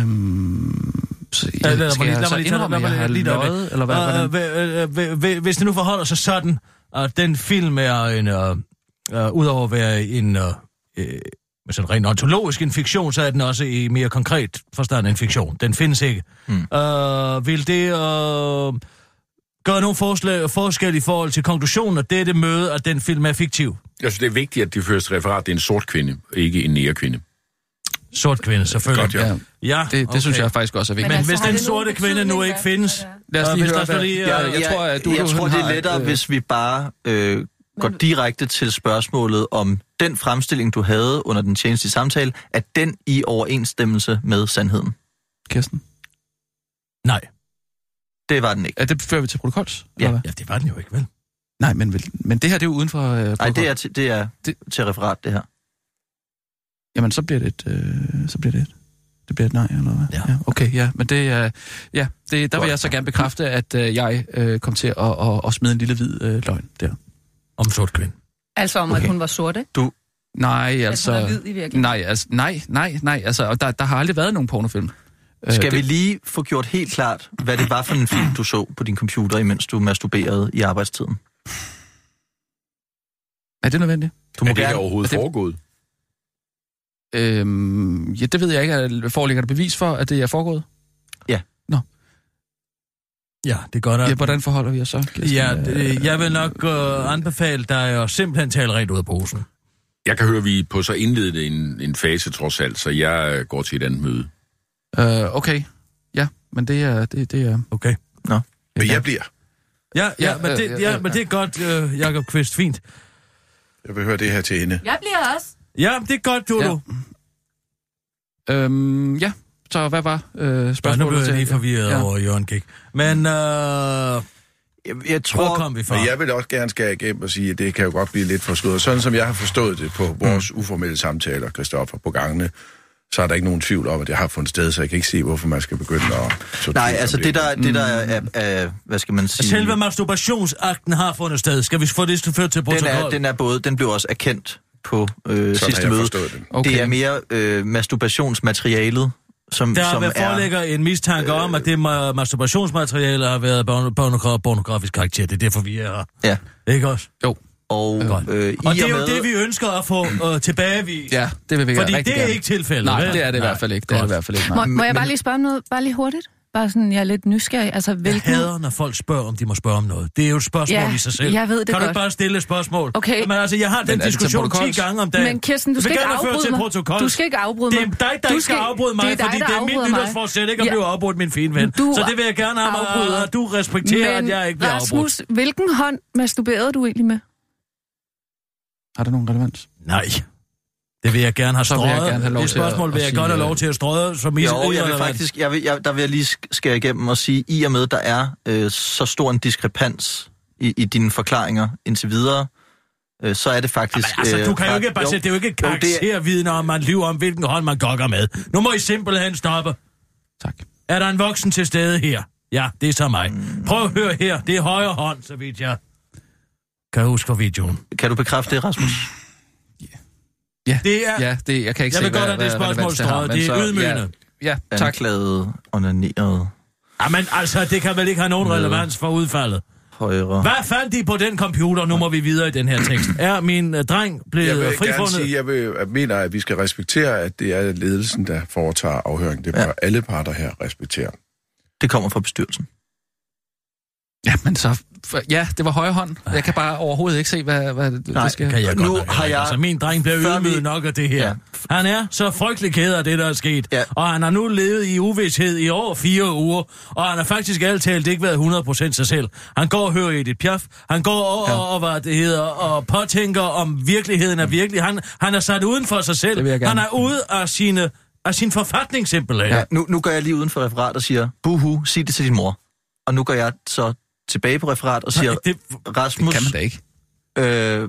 [SPEAKER 8] Øhm, så, jeg,
[SPEAKER 3] lad mig
[SPEAKER 8] skal
[SPEAKER 3] lige-
[SPEAKER 8] jeg
[SPEAKER 3] lad
[SPEAKER 8] så
[SPEAKER 3] mig lige tage- lad
[SPEAKER 8] indrømme, at
[SPEAKER 3] mig
[SPEAKER 8] jeg har
[SPEAKER 3] lige- lige et øjeblik.
[SPEAKER 8] løjet, eller hvad?
[SPEAKER 3] Hvad,
[SPEAKER 8] Hvordan?
[SPEAKER 3] øh, øh, øh, hvis det nu forholder sig sådan, at den film er en, øh, øh, udover at være en, øh, øh, sådan rent ontologisk en fiktion, så er den også i mere konkret forstand en fiktion. Den findes ikke.
[SPEAKER 8] Hmm.
[SPEAKER 3] Mm. Øh, vil det øh, gøre nogen forslag, forskel i forhold til konklusionen af dette møde, at den film er fiktiv?
[SPEAKER 5] Jeg synes, det er vigtigt, at det første referat, det er en sort kvinde, og ikke en nære kvinde.
[SPEAKER 3] Sort kvinde, selvfølgelig.
[SPEAKER 5] Godt, ja.
[SPEAKER 8] Ja,
[SPEAKER 3] ja
[SPEAKER 8] det, det okay. synes jeg faktisk også er vigtigt.
[SPEAKER 3] Men
[SPEAKER 8] Men,
[SPEAKER 7] altså,
[SPEAKER 3] hvis
[SPEAKER 7] har
[SPEAKER 3] den
[SPEAKER 7] det nogen
[SPEAKER 3] sorte kvinde nu
[SPEAKER 7] betydning,
[SPEAKER 3] ikke
[SPEAKER 7] hvad-
[SPEAKER 3] findes,
[SPEAKER 7] hvad det
[SPEAKER 8] lad os
[SPEAKER 3] øh,
[SPEAKER 8] lige
[SPEAKER 3] hvis
[SPEAKER 8] høre,
[SPEAKER 3] der står
[SPEAKER 8] hvad-
[SPEAKER 3] lige, øh,
[SPEAKER 8] Ja, jeg tror, at du-
[SPEAKER 4] jeg
[SPEAKER 8] du-
[SPEAKER 4] tror
[SPEAKER 8] han
[SPEAKER 4] det er
[SPEAKER 8] har,
[SPEAKER 4] lettere,
[SPEAKER 8] øh,
[SPEAKER 4] hvis vi bare øh, går direkte til spørgsmålet om den fremstilling, du havde under den tjeneste samtale, er den i overensstemmelse med sandheden?
[SPEAKER 8] Kirsten,
[SPEAKER 3] Nej,
[SPEAKER 4] Det var den ikke.
[SPEAKER 8] er det fører vi til protokols?
[SPEAKER 4] Ja.
[SPEAKER 8] eller hvad?
[SPEAKER 3] ja, det var den jo ikke, vel?
[SPEAKER 8] Nej, men, vel- men det her, det er jo uden for øh, protokol.
[SPEAKER 4] Nej, det er, til, det er
[SPEAKER 8] Det-
[SPEAKER 4] til referat, det her.
[SPEAKER 8] Jamen, så bliver det et, øh, så bliver det et, det bliver et nej, eller hvad?
[SPEAKER 3] Ja.
[SPEAKER 8] okay, ja, men det er, ja, det, der vil jeg så gerne bekræfte, at øh, jeg øh, kom til at, at, at smide en lille hvid øh, løgn der.
[SPEAKER 3] Om sort kvinde.
[SPEAKER 7] Altså om, okay. at hun var sort, ikke?
[SPEAKER 8] Nej,
[SPEAKER 7] Altså, at hun er
[SPEAKER 8] altså,
[SPEAKER 7] hvid i virkeligheden.
[SPEAKER 8] nej, altså, nej, nej, nej, altså, og der, der har aldrig været nogen pornofilm. Øh,
[SPEAKER 4] Skal vi
[SPEAKER 8] det,
[SPEAKER 4] lige få gjort helt klart, hvad det var for en film, du så på din computer, imens du masturberede i arbejdstiden?
[SPEAKER 8] Er det nødvendigt?
[SPEAKER 4] Du
[SPEAKER 5] er det her
[SPEAKER 4] gerne-
[SPEAKER 5] overhovedet
[SPEAKER 6] Altså,
[SPEAKER 8] er det-
[SPEAKER 5] foregået?
[SPEAKER 8] Øhm, ja, det ved jeg ikke. Er- Foreligger der bevis for, at det er foregået?
[SPEAKER 3] Ja, det er godt. at-
[SPEAKER 8] Ja, hvordan forholder vi os så? Kirsten?
[SPEAKER 3] Ja,
[SPEAKER 8] Øh,
[SPEAKER 3] det, jeg vil nok øh, anbefale dig at simpelthen tale rent ud af posen.
[SPEAKER 5] Jeg kan høre, at vi er på så indledende en, en fase trods alt, så jeg øh, går til et andet møde.
[SPEAKER 8] Øh, okay, ja, men det er, det, det er...
[SPEAKER 3] Okay.
[SPEAKER 6] Men jeg bliver.
[SPEAKER 3] Ja, ja,
[SPEAKER 8] Ja,
[SPEAKER 3] men,
[SPEAKER 8] øh,
[SPEAKER 3] det,
[SPEAKER 8] ja,
[SPEAKER 3] ja,
[SPEAKER 8] ja.
[SPEAKER 3] men det er godt, øh, Jacob Kvist. Fint.
[SPEAKER 6] Jeg vil høre det her til
[SPEAKER 3] Mm.
[SPEAKER 6] hende.
[SPEAKER 7] Jeg bliver også.
[SPEAKER 3] Ja, det er godt, Jolo. Ja.
[SPEAKER 8] Øhm, ja, så hvad var øh,
[SPEAKER 3] Bare
[SPEAKER 8] spørgsmålet?
[SPEAKER 3] nu blev jeg
[SPEAKER 8] til-
[SPEAKER 3] lige forvirret ja. over, at Jørgen gik. Men øh,
[SPEAKER 4] Jeg, jeg
[SPEAKER 3] hvor
[SPEAKER 4] tror...
[SPEAKER 3] kom vi fra?
[SPEAKER 5] Ah.
[SPEAKER 6] Men jeg vil også gerne skære igennem og sige, at det kan jo godt blive lidt forskuddet. Sådan som jeg har forstået det
[SPEAKER 5] Mm.
[SPEAKER 6] på vores uformelle samtaler, Christoffer, på gangene, så er der ikke nogen tvivl om, at det har fundet sted, så jeg kan ikke se, hvorfor man skal begynde at... så
[SPEAKER 4] Nej,
[SPEAKER 6] tvivl om
[SPEAKER 4] altså det der, det der er, er, er, hvad skal man sige...
[SPEAKER 3] Selve masturbationsakten har fundet sted. Skal vi få det ført til
[SPEAKER 4] den,
[SPEAKER 3] protokol?
[SPEAKER 4] er, den er både, den blev også erkendt på øh,
[SPEAKER 6] Sådan har
[SPEAKER 4] sidste
[SPEAKER 6] jeg
[SPEAKER 4] møde.
[SPEAKER 6] forstået det.
[SPEAKER 4] Okay.
[SPEAKER 8] Okay.
[SPEAKER 4] Det er mere øh, masturbationsmaterialet, som,
[SPEAKER 3] Der
[SPEAKER 4] som
[SPEAKER 3] vil
[SPEAKER 4] er...
[SPEAKER 3] foreligger en mistanke om, at det ma- masturbationsmateriale har været porno- porno- pornografisk karakter. Det er derfor, vi er her.
[SPEAKER 4] Ja,
[SPEAKER 3] Ikke også?
[SPEAKER 8] Jo,
[SPEAKER 4] og
[SPEAKER 3] Godt.
[SPEAKER 4] øh, i
[SPEAKER 3] Og det er jo
[SPEAKER 4] med,
[SPEAKER 3] det, vi ønsker at få øh, tilbagevist.
[SPEAKER 8] ja, det vil vi
[SPEAKER 3] Fordi
[SPEAKER 8] rigtig
[SPEAKER 3] det er
[SPEAKER 8] gerne.
[SPEAKER 3] ikke tilfældet.
[SPEAKER 8] Nej,
[SPEAKER 3] vel?
[SPEAKER 8] det er det i
[SPEAKER 3] Nej,
[SPEAKER 8] hvert fald ikke. Det er det i
[SPEAKER 3] godt.
[SPEAKER 8] hvert fald ikke.
[SPEAKER 7] Må,
[SPEAKER 8] Nej.
[SPEAKER 7] må jeg bare lige spørge om noget, bare lige hurtigt? bare sådan, jeg er lidt nysgerrig. Altså,
[SPEAKER 3] Jeg
[SPEAKER 7] hvilken...
[SPEAKER 3] hader, når folk spørger, om de må spørge om noget. Det er jo et spørgsmål
[SPEAKER 7] Ja,
[SPEAKER 3] i sig selv.
[SPEAKER 7] jeg ved det
[SPEAKER 3] kan du
[SPEAKER 7] godt.
[SPEAKER 3] ikke bare stille et spørgsmål?
[SPEAKER 7] Okay.
[SPEAKER 3] Men altså, jeg har den
[SPEAKER 8] Men er det til
[SPEAKER 3] diskussion 10
[SPEAKER 8] protokols?
[SPEAKER 3] gange om dagen.
[SPEAKER 7] Men Kirsten, du
[SPEAKER 3] Jeg
[SPEAKER 7] skal
[SPEAKER 3] vil
[SPEAKER 7] ikke
[SPEAKER 3] gerne have ført
[SPEAKER 7] afbryde
[SPEAKER 3] til
[SPEAKER 7] mig.
[SPEAKER 3] protokols.
[SPEAKER 7] Du skal ikke afbryde
[SPEAKER 3] Det er
[SPEAKER 7] mig.
[SPEAKER 3] dig, der
[SPEAKER 7] Du
[SPEAKER 3] ikke skal
[SPEAKER 7] skal-
[SPEAKER 3] afbryde mig,
[SPEAKER 7] det er dig,
[SPEAKER 3] fordi
[SPEAKER 7] der
[SPEAKER 3] det er
[SPEAKER 7] afbryder
[SPEAKER 3] mit
[SPEAKER 7] mig.
[SPEAKER 3] nytårsforsæt ikke at
[SPEAKER 7] Ja.
[SPEAKER 3] blive afbrudt, min fine ven.
[SPEAKER 7] Du
[SPEAKER 3] så det vil jeg gerne have,
[SPEAKER 7] afbryder.
[SPEAKER 3] at du respekterer, at jeg ikke bliver afbrudt.
[SPEAKER 7] Rasmus, hvilken hånd masturberede du egentlig med?
[SPEAKER 8] Har det nogen relevans?
[SPEAKER 3] Nej. Det vil jeg gerne have
[SPEAKER 8] Så vil
[SPEAKER 3] strøget.
[SPEAKER 8] jeg gerne have lov
[SPEAKER 3] det
[SPEAKER 8] til at-
[SPEAKER 3] spørgsmål vil
[SPEAKER 8] at
[SPEAKER 3] jeg
[SPEAKER 8] sige,
[SPEAKER 3] godt have
[SPEAKER 8] øh,
[SPEAKER 3] lov til at strøge, som I
[SPEAKER 4] Jo, jeg
[SPEAKER 3] eller
[SPEAKER 4] vil
[SPEAKER 3] hvad?
[SPEAKER 4] faktisk, jeg vil, jeg, der vil jeg lige sk- skære igennem og sige, i og med, der er øh, så stor en diskrepans i, i dine forklaringer indtil videre, øh, så er det faktisk... øh,
[SPEAKER 3] Men altså, du
[SPEAKER 8] øh,
[SPEAKER 3] kan jo
[SPEAKER 4] ret-
[SPEAKER 3] ikke bare sætte, det er jo ikke
[SPEAKER 4] Jo, det er-
[SPEAKER 3] karakterviden, om man lyver om, hvilken hånd man gokker med. Nu må I simpelthen stoppe.
[SPEAKER 8] Tak.
[SPEAKER 3] Er der en voksen til stede her? Ja, det er så mig. Prøv at høre her. Det er højre hånd, så vidt jeg kan huske fra videoen.
[SPEAKER 4] Kan du bekræfte det, Rasmus?
[SPEAKER 3] Det er... Ja.
[SPEAKER 8] Ja, det, jeg kan
[SPEAKER 3] Jeg
[SPEAKER 8] ikke se,
[SPEAKER 3] vil godt
[SPEAKER 8] hvad-
[SPEAKER 3] have det
[SPEAKER 8] hvad
[SPEAKER 3] spørgsmål
[SPEAKER 8] relevans har,
[SPEAKER 3] strøget.
[SPEAKER 8] men
[SPEAKER 3] Det er
[SPEAKER 8] så-
[SPEAKER 3] ydmygende.
[SPEAKER 8] Ja, ja tak.
[SPEAKER 4] Anklaget, onaneret,
[SPEAKER 3] Jamen altså, det kan vel ikke have nogen relevans for udfaldet.
[SPEAKER 4] højre...
[SPEAKER 3] Hvad fandt I på den computer? Nu må vi videre i den her tekst. Er min øh, dreng
[SPEAKER 6] Jeg
[SPEAKER 3] blevet
[SPEAKER 6] vil gerne sige,
[SPEAKER 3] frifundet?
[SPEAKER 6] jeg, vil, jeg mener, at vi skal respektere, at det er ledelsen, der foretager afhøringen. Det bør
[SPEAKER 4] Ja.
[SPEAKER 6] alle parter her respektere.
[SPEAKER 4] Det kommer fra bestyrelsen.
[SPEAKER 8] Ja, men så... for- Ja, det var højre hånd. Jeg kan bare overhovedet ikke se, hvad, hvad det,
[SPEAKER 4] Nej,
[SPEAKER 8] det skal...
[SPEAKER 3] Kan jeg godt
[SPEAKER 4] Nu
[SPEAKER 3] nok,
[SPEAKER 4] har jeg-
[SPEAKER 3] Altså, min dreng blev
[SPEAKER 4] Før vi-
[SPEAKER 3] ydmyget nok af det her. Ja. Han er så frygtelig ked af det, der er sket.
[SPEAKER 4] Ja.
[SPEAKER 3] Og han har nu levet i uvidshed i over fire uger. Og han har faktisk alt talt ikke været 100% sig selv. Han går og hører i det pjaf. Han går og, ja. og, og, hvad det hedder, og påtænker, om virkeligheden er virkelig. Han, han er sat uden for sig
[SPEAKER 8] Det
[SPEAKER 3] selv.
[SPEAKER 8] vil jeg
[SPEAKER 3] Han
[SPEAKER 8] gerne.
[SPEAKER 3] er ude af, sine, af sin forfatning simpelthen.
[SPEAKER 4] Ja. Nu, nu går jeg lige uden for referat og siger, buhu, sig det til din mor. Og nu går jeg så tilbage på referat og siger,
[SPEAKER 3] Nej, det,
[SPEAKER 4] Rasmus,
[SPEAKER 8] kan man da ikke.
[SPEAKER 4] øh,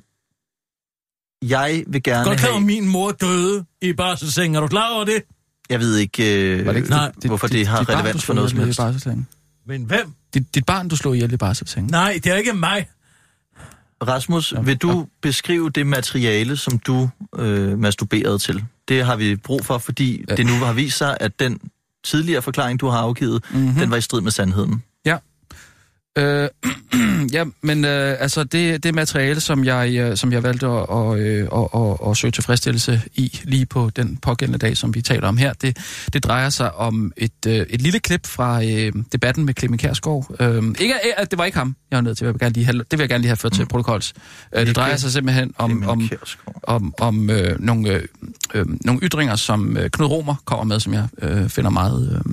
[SPEAKER 4] jeg vil gerne
[SPEAKER 3] godt klar, over,
[SPEAKER 4] have...
[SPEAKER 3] at min mor døde i barselsengen. Er du klar over det?
[SPEAKER 4] Jeg ved ikke, øh,
[SPEAKER 8] Var det ikke
[SPEAKER 3] Nej,
[SPEAKER 4] hvorfor det har
[SPEAKER 8] dit barn, du
[SPEAKER 4] relevans for
[SPEAKER 8] slog
[SPEAKER 4] noget som
[SPEAKER 8] ihjel i
[SPEAKER 4] helst.
[SPEAKER 8] barselssengen?
[SPEAKER 3] Men hvem?
[SPEAKER 8] Dit, dit barn, du slog ihjel i barselssengen.
[SPEAKER 3] Nej, det er ikke mig.
[SPEAKER 4] Rasmus, vil du beskrive det materiale, som du øh, masturberede til? Det har vi brug for, fordi
[SPEAKER 8] Ja.
[SPEAKER 4] det nu har vist sig, at den tidligere forklaring, du har afgivet,
[SPEAKER 8] Mm-hmm.
[SPEAKER 4] den var i strid med sandheden.
[SPEAKER 8] Øh, ja, men øh, altså det, det materiale, som jeg, øh, som jeg valgte at, og, øh, og, og, og søge tilfredsstillelse i lige på den pågældende dag, som vi taler om her, det, det drejer sig om et, øh, et lille klip fra øh, debatten med Clemen Kærsgaard. Øh, ikke, øh, det var ikke ham, jeg var nødt til. Jeg vil gerne lige have, det vil jeg gerne lige have ført til protokols. Øh, det drejer sig simpelthen om,
[SPEAKER 4] Clement
[SPEAKER 8] om,
[SPEAKER 4] Kjersgaard.
[SPEAKER 8] om, om øh, nogle, øh, øh, nogle ytringer, som øh, Knud Romer kommer med, som jeg øh, finder meget øh,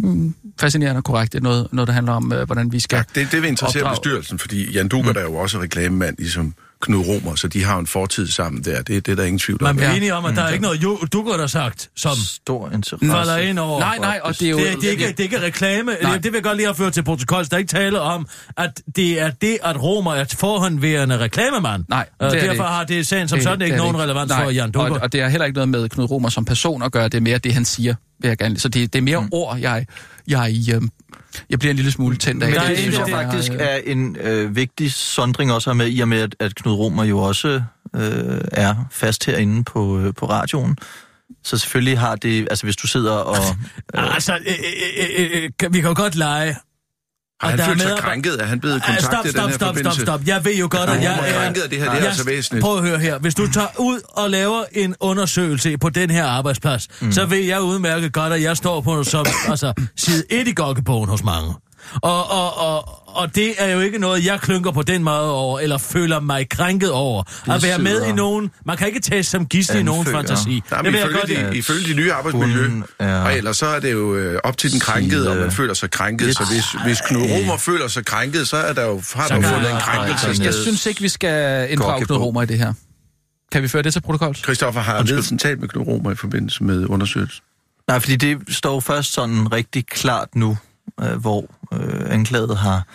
[SPEAKER 8] mm, fascinerende og korrekt. Det er noget, noget der handler om, øh, hvordan vi skal...
[SPEAKER 6] Ja, det, det vil interessere
[SPEAKER 8] Opdrag.
[SPEAKER 6] opdrag. bestyrelsen, fordi Jan Duker, mm. der er jo også reklamemand, ligesom Knud Romer, så de har jo en fortid sammen der. Det, det er der ingen tvivl
[SPEAKER 3] Man
[SPEAKER 6] om.
[SPEAKER 3] bliver
[SPEAKER 8] Ja. Mm.
[SPEAKER 3] enige om, at der er ikke noget jo, du godt har sagt, som
[SPEAKER 4] Stor
[SPEAKER 3] falder
[SPEAKER 4] interesse.
[SPEAKER 3] ind over.
[SPEAKER 8] Nej, nej, og det er jo...
[SPEAKER 3] Det, er- det, er ikke, det er ikke reklame.
[SPEAKER 8] Nej.
[SPEAKER 3] Det, det vil jeg godt lige have ført til protokollet. Der er ikke tale om, at det er det, at Romer er et forhåndværende reklamemand.
[SPEAKER 8] Nej,
[SPEAKER 3] Øh,
[SPEAKER 8] det er det
[SPEAKER 3] derfor
[SPEAKER 8] ikke.
[SPEAKER 3] har det sagen som
[SPEAKER 8] det-
[SPEAKER 3] sådan
[SPEAKER 8] det
[SPEAKER 3] ikke
[SPEAKER 8] er det
[SPEAKER 3] nogen relevans for Jan Dukker.
[SPEAKER 8] Og, og det er heller ikke noget med Knud Romer som person at gøre, det er mere det, han siger, vil jeg gerne. Så det, det er mere mm. ord, jeg, jeg, øhm, jeg bliver en lille smule tændt af.
[SPEAKER 4] Men
[SPEAKER 3] Der er
[SPEAKER 4] det synes
[SPEAKER 3] en-
[SPEAKER 4] jeg
[SPEAKER 3] det-
[SPEAKER 4] faktisk
[SPEAKER 8] øh,
[SPEAKER 4] er en øh, vigtig sondring også at have med, i og med, at, at Knud Romer jo også øh, er fast herinde på, øh, på radioen. Så selvfølgelig har det... Altså, hvis du sidder og...
[SPEAKER 3] Altså, øh, øh, øh, øh, kan- vi kan jo godt lege.
[SPEAKER 6] Har han
[SPEAKER 3] der er
[SPEAKER 6] følt sig
[SPEAKER 3] medarbej-
[SPEAKER 6] krænket? Er han blevet
[SPEAKER 3] Ej,
[SPEAKER 6] kontaktet
[SPEAKER 3] Stop,
[SPEAKER 6] i den
[SPEAKER 3] stop,
[SPEAKER 6] her
[SPEAKER 3] stop, stop,
[SPEAKER 6] forbindelse?
[SPEAKER 3] stop. Jeg ved jo godt,
[SPEAKER 6] Der er
[SPEAKER 3] at jeg...
[SPEAKER 6] nogen, der er krænket af det her. Det er
[SPEAKER 3] jeg-
[SPEAKER 6] altså væsentligt.
[SPEAKER 3] Prøv at høre her. Hvis du tager ud og laver en undersøgelse på den her arbejdsplads, mm. så ved jeg udmærket godt, at jeg står på som, altså, side 1 i gokkebogen hos mange. Og, og, og, og det er jo ikke noget, jeg klynker på den måde over, eller føler mig krænket over. At være med
[SPEAKER 4] sidder-
[SPEAKER 3] i nogen... Man kan ikke tage som gidsel i nogen
[SPEAKER 4] Anfører.
[SPEAKER 3] fantasi.
[SPEAKER 6] Nej,
[SPEAKER 3] Det
[SPEAKER 6] men
[SPEAKER 3] vil jeg
[SPEAKER 6] ifølge,
[SPEAKER 3] godt...
[SPEAKER 6] de, ifølge de nye arbejdsmiljø,
[SPEAKER 4] bunden er-
[SPEAKER 6] og ellers så er det jo øh, op til den krænkede,
[SPEAKER 4] Side-
[SPEAKER 6] om
[SPEAKER 3] øh,
[SPEAKER 6] man føler sig krænket. Så hvis, hvis Knud Romer føler sig krænket, så er der jo, har der jo
[SPEAKER 3] kan-
[SPEAKER 6] fundet en
[SPEAKER 4] Ej,
[SPEAKER 6] krænkelse.
[SPEAKER 4] ej,
[SPEAKER 8] Jeg
[SPEAKER 4] øh,
[SPEAKER 8] synes ikke, vi skal inddrage Knud
[SPEAKER 4] gokkebog.
[SPEAKER 8] Romer i det her. Kan vi føre det til protokollet?
[SPEAKER 6] Christoffer har ledelsen talt med Knud Romer i forbindelse med undersøgelsen.
[SPEAKER 4] Nej, fordi det står jo først sådan rigtig klart nu, øh, hvor øh, anklaget har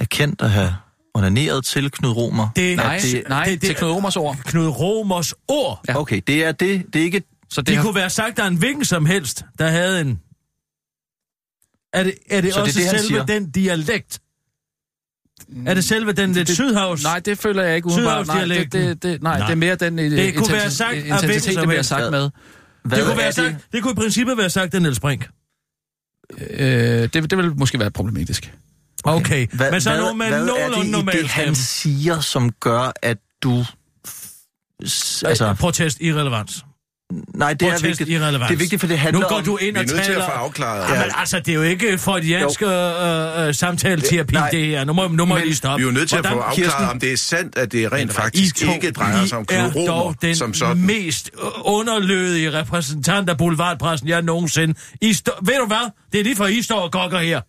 [SPEAKER 4] erkendt at have onaneret til Knud Romer.
[SPEAKER 3] Det,
[SPEAKER 8] Nej,
[SPEAKER 3] det,
[SPEAKER 8] nej,
[SPEAKER 3] det, det,
[SPEAKER 8] til Knud Romers ord.
[SPEAKER 3] Knud Romers ord.
[SPEAKER 8] Ja.
[SPEAKER 4] Okay, det er det. Det er ikke...
[SPEAKER 8] Så det
[SPEAKER 3] Det
[SPEAKER 8] har-
[SPEAKER 3] kunne være sagt af en hvilken som helst, der havde en... Er det,
[SPEAKER 4] Så
[SPEAKER 3] er det
[SPEAKER 4] det er
[SPEAKER 3] også
[SPEAKER 4] det, han
[SPEAKER 3] det, selve
[SPEAKER 4] siger?
[SPEAKER 3] den dialekt? Mm. Er det selve den lidt
[SPEAKER 8] det-
[SPEAKER 3] sydhavs?
[SPEAKER 8] Nej, det føler jeg ikke umiddelbart. Nej, det,
[SPEAKER 3] Sydhavsdialekten.
[SPEAKER 8] det, det, nej,
[SPEAKER 3] Nej.
[SPEAKER 8] det er mere den øh,
[SPEAKER 3] kunne
[SPEAKER 8] intensi-
[SPEAKER 3] være sagt af hvilken
[SPEAKER 8] intensitet,
[SPEAKER 3] som
[SPEAKER 8] det bliver
[SPEAKER 3] helst.
[SPEAKER 8] sagt med.
[SPEAKER 4] Hvad
[SPEAKER 3] det, kunne
[SPEAKER 4] er
[SPEAKER 3] være
[SPEAKER 4] det?
[SPEAKER 3] sagt, det? det kunne i princippet være sagt af Niels Brink.
[SPEAKER 8] Øh, det, det vil måske være problematisk.
[SPEAKER 3] Okay, okay.
[SPEAKER 4] Hvad,
[SPEAKER 3] men så er
[SPEAKER 4] hvad,
[SPEAKER 3] nogen med
[SPEAKER 4] hvad er det
[SPEAKER 3] nogenlunde
[SPEAKER 4] i
[SPEAKER 3] normal
[SPEAKER 4] det, han
[SPEAKER 3] stemme.
[SPEAKER 4] siger, som gør, at du... f- s- Altså,
[SPEAKER 3] Protest irrelevans.
[SPEAKER 4] Nej, det er
[SPEAKER 3] Protest
[SPEAKER 4] vigtigt.
[SPEAKER 3] irrelevans.
[SPEAKER 4] Det er vigtigt, for det handler
[SPEAKER 3] Nu går
[SPEAKER 4] om-
[SPEAKER 3] du ind
[SPEAKER 6] Vi er
[SPEAKER 3] og
[SPEAKER 6] nødt til
[SPEAKER 3] taler...
[SPEAKER 6] at få afklaret.
[SPEAKER 3] Jamen, altså, det er jo ikke for et jansk øh, øh, samtaleterapi,
[SPEAKER 4] Øh, nej.
[SPEAKER 3] det her. Nu må, nu må jeg lige
[SPEAKER 6] Vi
[SPEAKER 3] stoppe.
[SPEAKER 6] er jo nødt til at få
[SPEAKER 3] Hvordan-
[SPEAKER 6] afklaret,
[SPEAKER 4] Kirsten-
[SPEAKER 6] om det er sandt, at det rent
[SPEAKER 3] I
[SPEAKER 6] faktisk
[SPEAKER 3] to,
[SPEAKER 6] ikke drejer sig om
[SPEAKER 3] I er dog
[SPEAKER 6] kloromer,
[SPEAKER 3] den
[SPEAKER 6] som sådan.
[SPEAKER 3] mest underlødige repræsentant af boulevardpressen, jeg nogensinde... I stå- Ved du hvad? Det er lige for, I står og gokker her.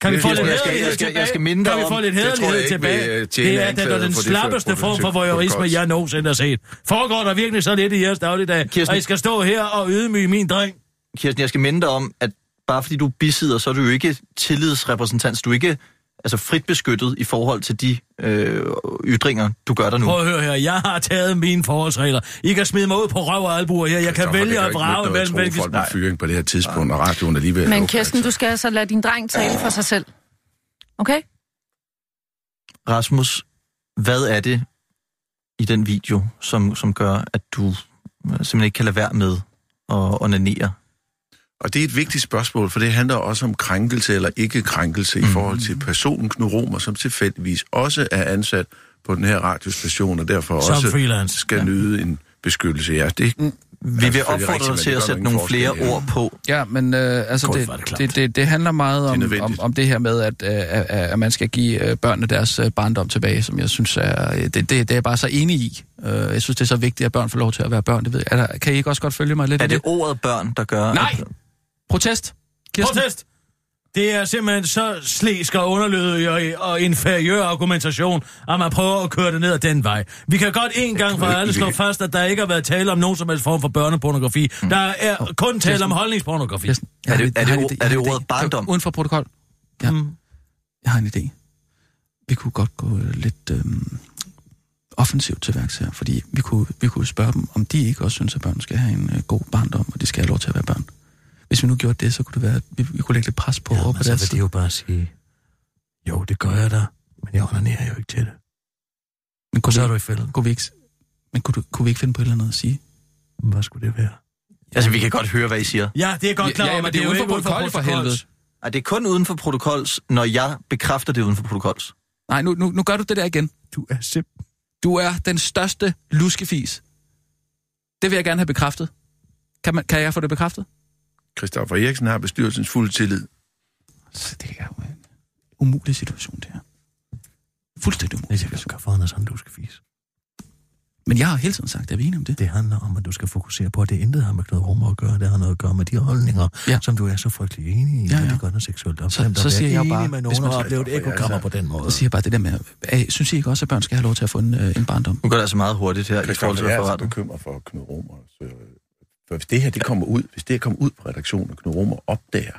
[SPEAKER 3] Kan vi
[SPEAKER 6] Jeg
[SPEAKER 3] få
[SPEAKER 6] skal-
[SPEAKER 3] lidt
[SPEAKER 6] jeg skal-
[SPEAKER 3] hederlighed
[SPEAKER 4] jeg skal- jeg
[SPEAKER 3] tilbage?
[SPEAKER 4] skal minde dig
[SPEAKER 3] Kan vi
[SPEAKER 4] om-
[SPEAKER 3] få lidt
[SPEAKER 6] jeg tror
[SPEAKER 3] hederlighed
[SPEAKER 6] ikke,
[SPEAKER 3] tilbage?
[SPEAKER 6] vi, øh, tjener
[SPEAKER 3] Det er da
[SPEAKER 6] anklaget
[SPEAKER 3] den
[SPEAKER 6] for det før
[SPEAKER 3] slappeste form for
[SPEAKER 6] protokols.
[SPEAKER 3] voyeurisme, jeg nogensinde har set. Foregår der virkelig så lidt i jeres dagligdag?
[SPEAKER 4] Kirsten-
[SPEAKER 3] Og I skal stå her og ydmyge min dreng?
[SPEAKER 4] Kirsten, jeg skal minde dig om, at bare fordi du bisidder, så er du jo ikke tillidsrepræsentant. Du er ikke altså, frit beskyttet i forhold til de øh, ytringer, du gør der nu.
[SPEAKER 3] Prøv at høre her, jeg har taget mine forholdsregler. I kan smide mig ud på røv og albuer her. Jeg kan
[SPEAKER 6] Christoffer, det
[SPEAKER 3] vælge
[SPEAKER 6] jo
[SPEAKER 3] at
[SPEAKER 6] ikke
[SPEAKER 3] vrage
[SPEAKER 6] nytte noget
[SPEAKER 3] mellem
[SPEAKER 6] at tro
[SPEAKER 3] hvilke...
[SPEAKER 6] folk med fyring på det her tidspunkt, og radioen alligevel... er
[SPEAKER 7] Men
[SPEAKER 6] lukket,
[SPEAKER 7] Kirsten, du
[SPEAKER 6] altså.
[SPEAKER 7] skal altså lade din dreng tale for sig selv. Okay?
[SPEAKER 4] Rasmus, hvad er det i den video, som, som gør, at du øh, simpelthen ikke kan lade være med at onanere?
[SPEAKER 6] Og det er et vigtigt spørgsmål, for det handler også om krænkelse eller ikke krænkelse mm.
[SPEAKER 3] Mhm.
[SPEAKER 6] i forhold til personen Knud Romer, som tilfældigvis også er ansat på den her radiostation, og derfor
[SPEAKER 3] Som
[SPEAKER 6] også
[SPEAKER 3] freelance.
[SPEAKER 6] skal nyde en beskyttelse. Ja, det
[SPEAKER 7] Mm.
[SPEAKER 4] Vi vil
[SPEAKER 6] selvfølgelig
[SPEAKER 4] opfordre
[SPEAKER 6] rigtigt,
[SPEAKER 4] dig
[SPEAKER 6] men
[SPEAKER 4] til
[SPEAKER 6] det
[SPEAKER 4] at
[SPEAKER 6] gør
[SPEAKER 4] sætte
[SPEAKER 6] ingen
[SPEAKER 4] nogle
[SPEAKER 6] forskel,
[SPEAKER 4] flere
[SPEAKER 6] ja.
[SPEAKER 4] ord på.
[SPEAKER 8] Ja, men øh, altså,
[SPEAKER 3] Godt,
[SPEAKER 8] det,
[SPEAKER 3] hvor er det
[SPEAKER 8] det,
[SPEAKER 3] klamt.
[SPEAKER 8] det, det, det handler meget om,
[SPEAKER 6] nødvendigt.
[SPEAKER 8] om, om det her med, at, øh, at, at man skal give øh, børnene deres øh, barndom tilbage, som jeg synes er... øh, Det, det, det er jeg bare så enig i. Øh, jeg synes, det er så vigtigt, at børn får lov til at være børn. Det ved jeg. Er der, kan I ikke også godt følge mig lidt? i
[SPEAKER 4] Er det ordet børn, der gør...
[SPEAKER 8] Nej!
[SPEAKER 4] At,
[SPEAKER 8] Protest? Kirsten?
[SPEAKER 3] Protest! Det er simpelthen så slæsk og underlødig og, og inferiør argumentation, at man prøver at køre det ned ad den vej. Vi kan godt en gang for alle slå fast, at der ikke har været tale om nogen som helst form for børnepornografi. Der er kun tale om holdningspornografi.
[SPEAKER 8] Kirsten, jeg
[SPEAKER 4] Er
[SPEAKER 8] har
[SPEAKER 4] det-
[SPEAKER 8] en-
[SPEAKER 4] er
[SPEAKER 8] jeg
[SPEAKER 4] det
[SPEAKER 8] har en
[SPEAKER 4] ord-
[SPEAKER 8] idé.
[SPEAKER 4] er det
[SPEAKER 8] Jeg har en
[SPEAKER 4] ordet
[SPEAKER 8] idé.
[SPEAKER 4] barndom?
[SPEAKER 8] Uden for protokol. Ja.
[SPEAKER 3] Mm.
[SPEAKER 8] Jeg har en idé. Vi kunne godt gå øh, lidt øh, offensivt til værks her, fordi vi kunne, vi kunne spørge dem, om de ikke også synes, at børn skal have en øh, god barndom, og de skal have lov til at være børn. Hvis vi nu gjorde det, så kunne det være, at vi, vi kunne lægge lidt pres på over på
[SPEAKER 3] altså,
[SPEAKER 8] deres side.
[SPEAKER 3] jo bare sige, jo, det gør jeg da, men jeg onanerer jo ikke til det.
[SPEAKER 8] Men kunne,
[SPEAKER 3] Så er
[SPEAKER 8] vi,
[SPEAKER 3] du i fælden.
[SPEAKER 8] kunne vi ikke, s- men kunne, du, kunne vi ikke finde på et eller andet at sige?
[SPEAKER 3] Hvad skulle det være?
[SPEAKER 4] altså, vi kan godt høre, hvad I siger.
[SPEAKER 3] Ja, det er jeg godt klar over, men det er jo ikke uden for protokollet.
[SPEAKER 4] Ej, det er kun uden for protokols, når jeg bekræfter det uden for protokols.
[SPEAKER 8] Nej, nu, nu, nu gør du det der igen.
[SPEAKER 3] Du er simpelthen...
[SPEAKER 8] Du er den største luskefis. Det vil jeg gerne have bekræftet. Kan, man, kan jeg få det bekræftet?
[SPEAKER 6] Christoffer Eriksen har bestyrelsens fulde tillid.
[SPEAKER 8] Så det er jo en umulig situation, det her. Fuldstændig umulig situation.
[SPEAKER 3] gøre for, Anders, han du skal fise.
[SPEAKER 8] Men jeg har hele tiden sagt, at jeg er enig om det.
[SPEAKER 3] Det handler om, at du skal fokusere på, at det intet har med noget rum at gøre. Det har noget at gøre med de holdninger,
[SPEAKER 8] Ja.
[SPEAKER 3] ja. som du er så frygtelig enig i.
[SPEAKER 8] Ja,
[SPEAKER 3] Ja, ja.
[SPEAKER 8] ja.
[SPEAKER 3] Det gør noget seksuelt op.
[SPEAKER 8] Så- så siger jeg bare,
[SPEAKER 3] med
[SPEAKER 8] hvis
[SPEAKER 3] nogen
[SPEAKER 8] man
[SPEAKER 3] og
[SPEAKER 8] så-
[SPEAKER 3] oplevet et ekokammer på den måde.
[SPEAKER 8] Så siger jeg bare det der med, at, øh, synes I ikke også, at børn skal have lov til at få en, øh, en barndom?
[SPEAKER 4] Nu går det altså meget hurtigt her i forhold til
[SPEAKER 6] Christoffer, jeg er altså
[SPEAKER 4] referatet.
[SPEAKER 6] bekymret for Knud Romer. Så, øh, for hvis det her det kommer ud, hvis det her kommer ud på redaktionen, og Knud Romer opdager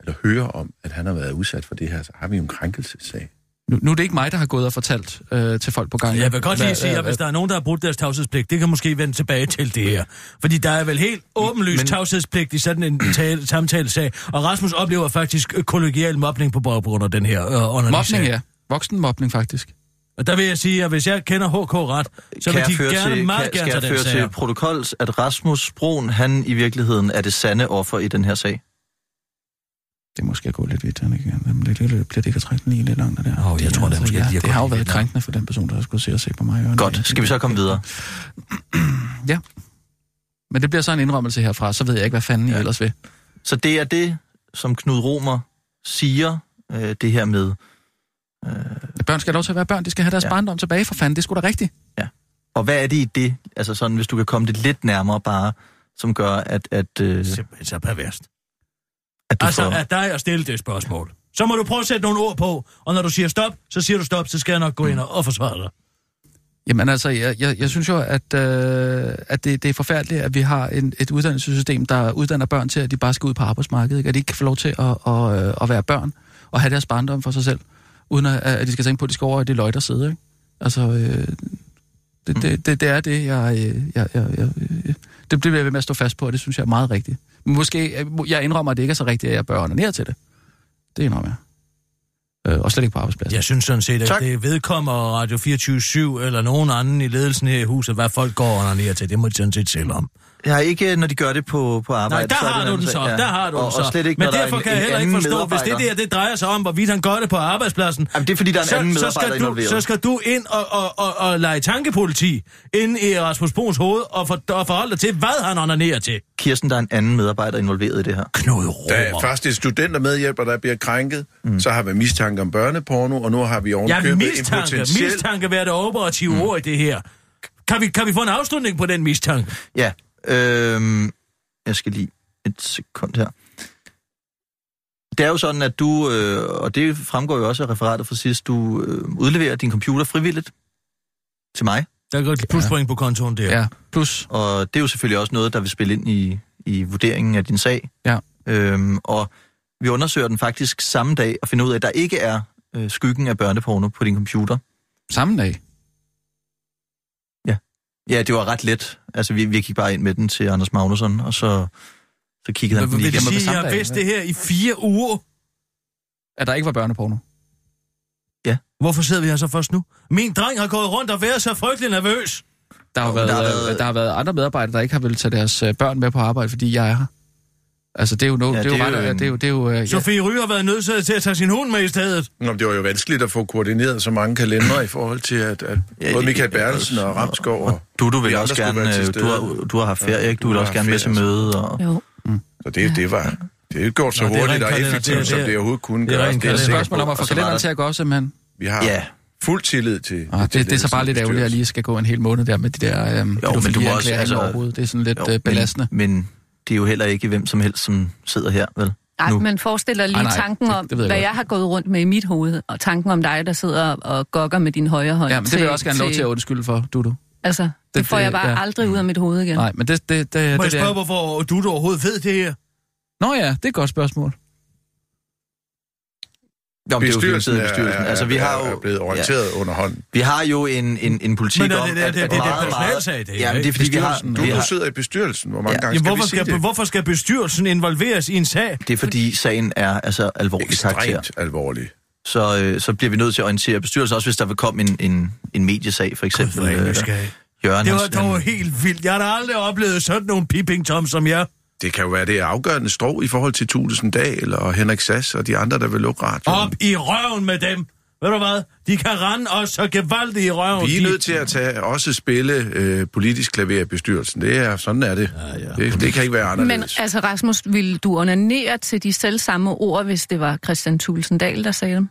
[SPEAKER 6] eller hører om, at han har været udsat for det her, så har vi jo en krænkelsessag.
[SPEAKER 8] Nu, nu er det ikke mig, der har gået og fortalt øh, til folk på gangen.
[SPEAKER 3] Jeg vil godt lige
[SPEAKER 8] hvad-
[SPEAKER 3] sige, at
[SPEAKER 8] hvad-
[SPEAKER 3] hvis der er nogen, der har brudt deres tavshedspligt, det kan måske vende tilbage til det her. Fordi der er vel helt åbenlyst
[SPEAKER 4] Men-
[SPEAKER 3] men... tavshedspligt i sådan en tale, samtalesag. Og Rasmus oplever faktisk øh, kollegial mobning på baggrund af den her øh, underlige
[SPEAKER 8] Mobning,
[SPEAKER 3] sag.
[SPEAKER 8] ja. Voksen mobning, faktisk.
[SPEAKER 3] Og der vil jeg sige, at hvis jeg kender HK ret, så
[SPEAKER 4] kan
[SPEAKER 3] vil
[SPEAKER 4] jeg
[SPEAKER 3] de
[SPEAKER 4] føre
[SPEAKER 3] gerne
[SPEAKER 4] til,
[SPEAKER 3] meget
[SPEAKER 4] kan,
[SPEAKER 3] gerne
[SPEAKER 4] skal jeg
[SPEAKER 3] tage den
[SPEAKER 4] føre
[SPEAKER 3] sag.
[SPEAKER 4] til
[SPEAKER 3] op.
[SPEAKER 4] protokols, at Rasmus Broen, han i virkeligheden er det sande offer i den her sag.
[SPEAKER 8] Det er måske at gå lidt vidt, han ikke? Men det, det, det, bliver det ikke at trække den lige lidt langt, det der.
[SPEAKER 3] Åh, jeg tror, det er måske
[SPEAKER 8] ja,
[SPEAKER 3] lige at
[SPEAKER 8] det
[SPEAKER 3] gå
[SPEAKER 8] har jo
[SPEAKER 3] lidt
[SPEAKER 8] været
[SPEAKER 3] langt.
[SPEAKER 8] krænkende for den person, der skulle se og se på mig.
[SPEAKER 4] Godt, skal vi så komme videre?
[SPEAKER 8] Men det bliver så en indrømmelse herfra, så ved jeg ikke, hvad fanden ja. I ellers vil.
[SPEAKER 4] Så det er det, som Knud Romer siger, øh, det her med.
[SPEAKER 8] At Børn skal have lov til at være børn, de skal have deres
[SPEAKER 4] Ja.
[SPEAKER 8] ja. barndom tilbage, for fanden, det skulle sgu da rigtigt.
[SPEAKER 4] Og hvad er det i det, altså sådan, hvis du kan komme det lidt nærmere bare, som gør, at, at, øh,
[SPEAKER 3] Simpelthen så perverst.
[SPEAKER 4] at du
[SPEAKER 3] Altså,
[SPEAKER 4] får...
[SPEAKER 3] at dig at stille det spørgsmål. Så må du prøve at sætte nogle ord på, og når du siger stop, så siger du stop, så skal jeg nok gå ind og, og forsvare dig.
[SPEAKER 8] Jamen altså, jeg, jeg, jeg synes jo, at, øh, at det, det er forfærdeligt, at vi har en, et uddannelsessystem, der uddanner børn til, at de bare skal ud på arbejdsmarkedet, ikke? at de ikke kan få lov til at, at, øh, at være børn og have deres barndom for sig selv, uden at, at de skal tænke på, at de skal over i det løg, der sidder. Ikke? Altså, øh, det, det, det, det er det, jeg, øh, jeg, jeg, jeg øh, det bliver jeg ved med at stå fast på, og det synes jeg er meget rigtigt. Men Måske, øh, må- jeg indrømmer, at det ikke er så rigtigt, at jeg bør ordinere til det. Det indrømmer jeg. Øh, og slet ikke på arbejdspladsen.
[SPEAKER 3] Jeg synes sådan set, at
[SPEAKER 6] Tak.
[SPEAKER 3] tak. det vedkommer Radio 24 eller nogen anden i ledelsen her i huset, hvad folk går under til. Det må de sådan set selv om.
[SPEAKER 4] Ja, ikke når de gør det på, på arbejde.
[SPEAKER 3] Nej, der
[SPEAKER 4] er det
[SPEAKER 3] har
[SPEAKER 4] en
[SPEAKER 3] du
[SPEAKER 4] anden
[SPEAKER 3] den
[SPEAKER 4] sag.
[SPEAKER 3] så. Der har du
[SPEAKER 4] og,
[SPEAKER 3] den så.
[SPEAKER 4] Og slet ikke,
[SPEAKER 3] Men
[SPEAKER 4] når der er
[SPEAKER 3] derfor
[SPEAKER 4] en,
[SPEAKER 3] kan jeg
[SPEAKER 4] en
[SPEAKER 3] heller ikke
[SPEAKER 4] anden
[SPEAKER 3] forstå, hvis det
[SPEAKER 4] medarbejder.
[SPEAKER 3] der det drejer sig om, hvorvidt han gør det på arbejdspladsen.
[SPEAKER 4] Jamen, det er, fordi der er en anden
[SPEAKER 3] så, så
[SPEAKER 4] medarbejder
[SPEAKER 3] skal du,
[SPEAKER 4] involveret.
[SPEAKER 3] så skal du ind og, og, og, og lege tankepoliti ind i Rasmus Bruns hoved og, for, og forholde dig til, hvad han onanerer til.
[SPEAKER 4] Kirsten, der er en anden medarbejder involveret i det her.
[SPEAKER 3] Knud
[SPEAKER 6] Der er
[SPEAKER 3] Romer.
[SPEAKER 6] først et studentermedhjælper, der bliver krænket. Mm. Så har vi mistanke om børneporno, og nu har vi
[SPEAKER 3] Ja,
[SPEAKER 6] ovenkøbet en
[SPEAKER 3] mistanke.
[SPEAKER 6] potentiel...
[SPEAKER 3] Mistanke hvad er det operative mm. ord i det her. Kan vi, kan vi få en afslutning på den mistanke?
[SPEAKER 4] Ja, øhm, jeg skal lige et sekund her. Det er jo sådan, at du, øh, og det fremgår jo også af referatet fra sidst, du øh, udleverer din computer frivilligt til mig,
[SPEAKER 3] Der går et pluspoint på kontoen der.
[SPEAKER 8] Ja, plus.
[SPEAKER 4] og det er jo selvfølgelig også noget, der vil spille ind i, i vurderingen af din sag.
[SPEAKER 8] Ja.
[SPEAKER 4] Øhm, og vi undersøger den faktisk samme dag og finder ud af, at der ikke er øh, skyggen af børneporno på din computer.
[SPEAKER 8] Samme dag.
[SPEAKER 4] Ja, det var ret let. Altså, vi, vi gik bare ind med den til Anders Magnusson, og så, så kiggede han
[SPEAKER 3] Hvad
[SPEAKER 4] den
[SPEAKER 3] vil
[SPEAKER 4] lige
[SPEAKER 3] det
[SPEAKER 4] igennem.
[SPEAKER 8] på
[SPEAKER 3] sige,
[SPEAKER 8] samme
[SPEAKER 3] jeg har
[SPEAKER 8] dag,
[SPEAKER 3] vidst
[SPEAKER 8] hvad?
[SPEAKER 3] det her i fire uger?
[SPEAKER 8] At der ikke var børneporno.
[SPEAKER 3] Hvorfor sidder vi her så først nu? Min dreng har gået rundt og været så frygtelig nervøs.
[SPEAKER 8] Der har,
[SPEAKER 4] Jo,
[SPEAKER 8] været,
[SPEAKER 4] men
[SPEAKER 8] der, har været... der har været andre medarbejdere, der ikke har vel tage deres øh, børn med på arbejde, fordi jeg er her. Altså, det er jo no, ja, det, er jo ret,
[SPEAKER 4] en-
[SPEAKER 8] det er jo, det er jo, øh, ja.
[SPEAKER 3] Sofie Ry har været nødsaget til at tage sin hund med i stedet.
[SPEAKER 6] Nå, men det var jo vanskeligt at få koordineret så mange kalendere i forhold til, at, at
[SPEAKER 4] Ja,
[SPEAKER 6] ja, både Michael
[SPEAKER 4] ja, ja,
[SPEAKER 6] Bertelsen og Ramskov og...
[SPEAKER 4] Du, du vil
[SPEAKER 6] vi
[SPEAKER 4] også
[SPEAKER 6] andre skulle være
[SPEAKER 4] gerne,
[SPEAKER 6] til
[SPEAKER 4] øh, du
[SPEAKER 6] stede.
[SPEAKER 4] har, du har haft ferie,
[SPEAKER 6] Ja,
[SPEAKER 4] ikke? Du,
[SPEAKER 6] du
[SPEAKER 4] vil
[SPEAKER 6] har
[SPEAKER 4] også
[SPEAKER 6] haft
[SPEAKER 4] gerne med til
[SPEAKER 6] ferie, altså.
[SPEAKER 4] møde. Og...
[SPEAKER 7] Jo.
[SPEAKER 6] Så det, det var... Det er gjort så
[SPEAKER 3] Nå, det er
[SPEAKER 6] hurtigt
[SPEAKER 3] rent
[SPEAKER 6] og
[SPEAKER 3] kalender, det er-
[SPEAKER 6] effektivt, som
[SPEAKER 3] det er-
[SPEAKER 6] det overhovedet kunne
[SPEAKER 3] det er
[SPEAKER 6] gøre.
[SPEAKER 3] rent
[SPEAKER 6] Det er jeg
[SPEAKER 3] kalender.
[SPEAKER 8] et
[SPEAKER 6] sikker
[SPEAKER 8] spørgsmål om
[SPEAKER 6] på.
[SPEAKER 8] at få
[SPEAKER 4] og så var
[SPEAKER 8] kalenderen
[SPEAKER 4] der-
[SPEAKER 8] til at gå op, simpelthen.
[SPEAKER 6] Vi har
[SPEAKER 4] Ja,
[SPEAKER 6] fuld tillid til...
[SPEAKER 8] Ah, det,
[SPEAKER 6] til
[SPEAKER 8] det, det er så bare
[SPEAKER 6] ledelsen
[SPEAKER 8] lidt
[SPEAKER 6] og
[SPEAKER 8] ærgerligt at
[SPEAKER 6] bestyrelsen.
[SPEAKER 8] lige skal gå en hel måned der med de der øhm,
[SPEAKER 4] du må også-
[SPEAKER 8] pædofilianklager
[SPEAKER 4] altså-
[SPEAKER 8] altså, overhovedet. Det er sådan lidt jo, øh, belastende.
[SPEAKER 4] Men, men det er jo heller ikke hvem som helst, som sidder her, vel?
[SPEAKER 7] Ej,
[SPEAKER 4] Nu.
[SPEAKER 7] men forestil dig lige Ej,
[SPEAKER 8] Ej, nej,
[SPEAKER 7] nej, tanken
[SPEAKER 8] det-
[SPEAKER 7] om,
[SPEAKER 8] det
[SPEAKER 7] det,
[SPEAKER 8] ved
[SPEAKER 7] det
[SPEAKER 8] jeg
[SPEAKER 7] hvad
[SPEAKER 8] godt.
[SPEAKER 7] jeg har gået rundt med i mit hoved, og tanken om dig, der sidder og gokker med din højre hånd.
[SPEAKER 8] Ja, men det vil jeg også gerne lov til at undskylde for, Dudu.
[SPEAKER 7] Altså, det,
[SPEAKER 8] Det-
[SPEAKER 7] det får jeg
[SPEAKER 8] det-
[SPEAKER 7] bare
[SPEAKER 8] ja.
[SPEAKER 7] ja. aldrig ud af mit hoved igen.
[SPEAKER 8] Nej, men det... det, det,
[SPEAKER 3] Må jeg
[SPEAKER 8] det, det
[SPEAKER 3] spørge, hvorfor du, du overhovedet ved det her?
[SPEAKER 8] Nå ja, det er et godt spørgsmål.
[SPEAKER 4] Jo, men det er jo
[SPEAKER 6] Bestyrelsen
[SPEAKER 4] finansieret af
[SPEAKER 6] er,
[SPEAKER 4] bestyrelsen.
[SPEAKER 6] er,
[SPEAKER 4] Altså, vi har
[SPEAKER 6] er- er
[SPEAKER 4] jo,
[SPEAKER 6] blevet orienteret ja. underhånden.
[SPEAKER 4] vi har jo en, en, en politik
[SPEAKER 3] Men er det-
[SPEAKER 4] om,
[SPEAKER 3] det- det-
[SPEAKER 4] at,
[SPEAKER 3] det-
[SPEAKER 4] at
[SPEAKER 3] det er
[SPEAKER 4] meget,
[SPEAKER 3] personalesag, det
[SPEAKER 4] meget...
[SPEAKER 3] her,
[SPEAKER 4] Jamen, det er
[SPEAKER 3] ikke?
[SPEAKER 4] fordi, vi har...
[SPEAKER 8] Bestyrelsen.
[SPEAKER 6] Du,
[SPEAKER 4] Vi
[SPEAKER 6] du
[SPEAKER 4] har
[SPEAKER 6] sidder i bestyrelsen. Hvor mange
[SPEAKER 4] Ja.
[SPEAKER 6] ja. gange
[SPEAKER 3] Jamen,
[SPEAKER 6] skal
[SPEAKER 3] hvorfor,
[SPEAKER 6] vi sige
[SPEAKER 3] skal,
[SPEAKER 6] det?
[SPEAKER 3] hvorfor skal bestyrelsen involveres i en sag?
[SPEAKER 4] det er fordi, sagen er altså alvorlig karakter.
[SPEAKER 6] Ekstremt alvorligt.
[SPEAKER 4] Så, øh, så bliver vi nødt til at orientere bestyrelsen, også hvis der vil komme en, en, en mediesag, for eksempel.
[SPEAKER 3] Hvor
[SPEAKER 4] øh,
[SPEAKER 3] ingen skal.
[SPEAKER 4] Jørgen,
[SPEAKER 3] Det var
[SPEAKER 4] han-
[SPEAKER 3] dog
[SPEAKER 4] han-
[SPEAKER 3] helt vildt. Jeg har da aldrig oplevet sådan nogle peeping tom som jeg.
[SPEAKER 6] Det kan jo være, det er afgørende strå i forhold til Thulesen Dahl og Henrik Sass og de andre, der vil lukke radioen.
[SPEAKER 3] Op i røven med dem. Ved du hvad? De kan rende os så gevaldigt i røven.
[SPEAKER 6] Vi er
[SPEAKER 3] De-
[SPEAKER 6] nødt til at tage, også spille øh, politisk klaver i bestyrelsen. Det er, sådan er det. Ja, ja. det. Det kan ikke være
[SPEAKER 7] Men
[SPEAKER 6] anderledes. Men,
[SPEAKER 7] altså, Rasmus, ville du onanere til de selv samme ord, hvis det var Christian Thulesen Dahl, der sagde dem?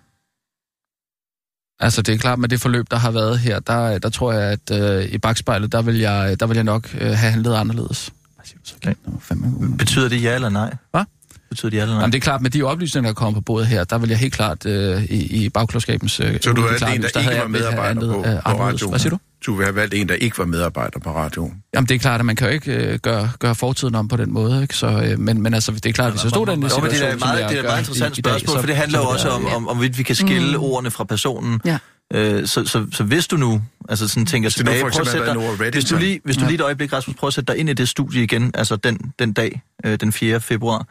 [SPEAKER 8] Altså, det er klart, med det forløb, der har været her, der, der tror jeg, at øh, i bagspejlet, der vil jeg, der vil jeg nok øh, have handlet anderledes. Hvad siger du så, Kjeld? Nå, fandme god.
[SPEAKER 4] Betyder det ja eller nej?
[SPEAKER 8] Hvad?
[SPEAKER 4] Betyder det ja eller nej?
[SPEAKER 8] Jamen, det er klart, med de oplysninger, der kommer på bordet her, der vil jeg helt klart øh, i, i bagklodskabens... Øh,
[SPEAKER 6] så du
[SPEAKER 8] udeklare
[SPEAKER 6] har valgt en,
[SPEAKER 8] lys,
[SPEAKER 6] der ikke
[SPEAKER 8] havde
[SPEAKER 6] var
[SPEAKER 8] jeg vel have
[SPEAKER 6] medarbejder
[SPEAKER 8] handlet,
[SPEAKER 6] på,
[SPEAKER 8] øh,
[SPEAKER 6] på
[SPEAKER 8] anderledes.
[SPEAKER 6] radioen.
[SPEAKER 8] Hvad siger du?
[SPEAKER 6] Du vil have valgt en, der ikke var medarbejder på radioen.
[SPEAKER 8] Jamen, det er klart, at man kan jo ikke øh, gøre, gøre fortiden om på den måde, ikke? Så, øh, men, men altså, det er klart, at hvis jeg stod der i den
[SPEAKER 4] Jo, men det er da
[SPEAKER 8] situation,
[SPEAKER 4] et
[SPEAKER 8] som
[SPEAKER 4] meget, det
[SPEAKER 8] jeg
[SPEAKER 4] er da et
[SPEAKER 8] gør
[SPEAKER 4] meget
[SPEAKER 8] i-
[SPEAKER 4] interessant
[SPEAKER 8] i dag,
[SPEAKER 4] spørgsmål,
[SPEAKER 8] så-
[SPEAKER 4] for det handler
[SPEAKER 8] så
[SPEAKER 4] jo
[SPEAKER 8] vil
[SPEAKER 4] også
[SPEAKER 8] jeg-
[SPEAKER 4] om, om, om vi kan skille mm. ordene fra personen.
[SPEAKER 7] Ja.
[SPEAKER 4] Øh, så, så, så hvis du nu, altså sådan tænker
[SPEAKER 6] det nu for
[SPEAKER 4] tilbage, prøv at
[SPEAKER 6] eksempel har
[SPEAKER 4] sætte
[SPEAKER 6] været
[SPEAKER 4] dig,
[SPEAKER 6] en over Reddit,
[SPEAKER 4] hvis du,
[SPEAKER 6] så-
[SPEAKER 4] lige, hvis du lige et øjeblik, Rasmus, prøv at sætte dig ind i det studie igen, altså den, den dag, øh, den 4. februar.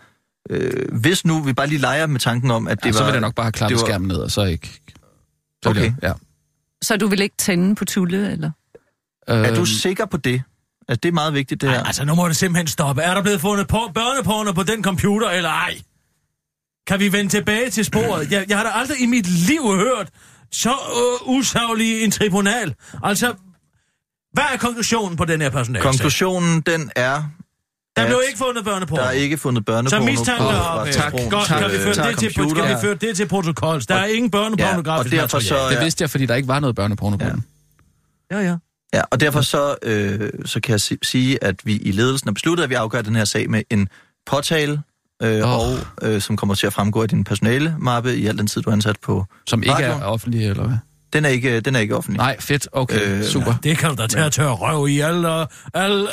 [SPEAKER 4] Øh, hvis nu, vi bare lige leger med tanken om, at det
[SPEAKER 8] ja,
[SPEAKER 4] var...
[SPEAKER 8] så vil jeg nok bare have klappet
[SPEAKER 4] det var-
[SPEAKER 8] skærmen ned, og så ikke... Så vil
[SPEAKER 4] Okay.
[SPEAKER 8] Jeg, ja.
[SPEAKER 7] Så du ville ikke tænde på Tulle, eller?
[SPEAKER 4] Er du
[SPEAKER 8] Øhm,
[SPEAKER 4] sikker på det? Altså, det er meget vigtigt, det her.
[SPEAKER 3] Ej, altså, nu må det simpelthen stoppe. Er der blevet fundet på børneporno på den computer, eller ej? Kan vi vende tilbage til sporet? Jeg, jeg har da aldrig i mit liv hørt så øh, usaglig en tribunal. Altså, hvad er konklusionen på den her personale?
[SPEAKER 4] Konklusionen, den er,
[SPEAKER 3] Der blev
[SPEAKER 4] at
[SPEAKER 3] ikke fundet børneporno.
[SPEAKER 4] der er ikke fundet
[SPEAKER 3] Så
[SPEAKER 4] børneporno
[SPEAKER 3] mistanke
[SPEAKER 4] på
[SPEAKER 8] øh,
[SPEAKER 3] op.
[SPEAKER 4] Rasmus Bruuns,
[SPEAKER 3] Godt, kan vi
[SPEAKER 4] øh,
[SPEAKER 3] føre det til,
[SPEAKER 4] computer.
[SPEAKER 3] kan vi føre det til protokols? Der er ingen
[SPEAKER 4] Ja, og
[SPEAKER 3] børnepornografisk
[SPEAKER 4] derfor så...
[SPEAKER 3] materiale.
[SPEAKER 8] Det
[SPEAKER 4] ja.
[SPEAKER 8] vidste jeg, fordi der ikke var noget børneporno på
[SPEAKER 4] Ja.
[SPEAKER 8] den.
[SPEAKER 3] Ja, ja.
[SPEAKER 4] Ja, og derfor så, øh, så kan jeg si- sige, at vi i ledelsen har besluttet, at vi afgør den her sag med en påtale, øh,
[SPEAKER 8] Åh.
[SPEAKER 4] oh. og øh, som kommer til at fremgå i din personalemappe i al den tid, du er ansat på.
[SPEAKER 8] Som ikke er
[SPEAKER 4] Radio.
[SPEAKER 8] offentlig, eller hvad?
[SPEAKER 4] Den er ikke, den er ikke offentlig.
[SPEAKER 8] Nej, fedt. Okay,
[SPEAKER 4] Øh,
[SPEAKER 8] super.
[SPEAKER 3] Det kan du da tage at tørre røv i. Alle, alle,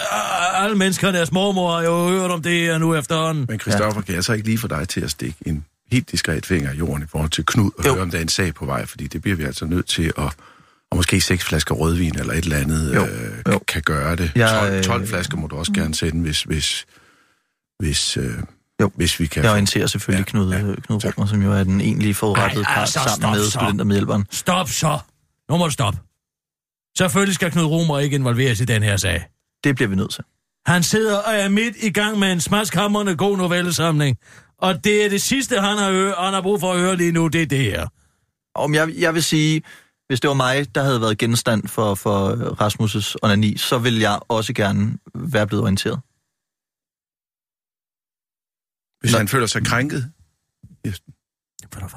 [SPEAKER 3] alle mennesker og deres mormor har jo hørt om det her nu efterhånden.
[SPEAKER 6] Men Christoffer, ja. kan jeg så ikke lige få dig til at stikke en helt diskret finger i jorden i forhold til Knud og
[SPEAKER 4] Jo.
[SPEAKER 6] jo. høre, om der er en sag på vej? Fordi det bliver vi altså nødt til at... Og måske seks flasker rødvin eller et eller andet
[SPEAKER 4] Jo.
[SPEAKER 6] Øh,
[SPEAKER 4] Jo.
[SPEAKER 6] kan gøre det.
[SPEAKER 4] Jeg,
[SPEAKER 6] 12, 12
[SPEAKER 4] øh,
[SPEAKER 6] flasker må du også gerne sende, hvis, hvis, hvis, øh,
[SPEAKER 4] Jo.
[SPEAKER 6] hvis vi kan...
[SPEAKER 4] Jeg orienterer selvfølgelig ja, Knud, ja, Knud
[SPEAKER 6] tak.
[SPEAKER 4] Rømer, som jo er den egentlige forrettede
[SPEAKER 3] Ej,
[SPEAKER 4] part
[SPEAKER 3] altså,
[SPEAKER 4] sammen
[SPEAKER 3] stop
[SPEAKER 4] med
[SPEAKER 3] så.
[SPEAKER 4] studentermedhjælperen.
[SPEAKER 3] Stop så. Nu må du stoppe. Selvfølgelig skal Knud Romer ikke involveres i den her sag.
[SPEAKER 4] Det bliver vi nødt til.
[SPEAKER 3] Han sidder og er midt i gang med en smaskhammerende god novellesamling. Og det er det sidste, han har, ø- han har brug for at høre lige nu, det er det her.
[SPEAKER 4] Om jeg, jeg vil sige, hvis det var mig, der havde været genstand for, for Rasmus' onani, så ville jeg også gerne være blevet orienteret.
[SPEAKER 6] Hvis han føler sig krænket.
[SPEAKER 3] Ved du hvad?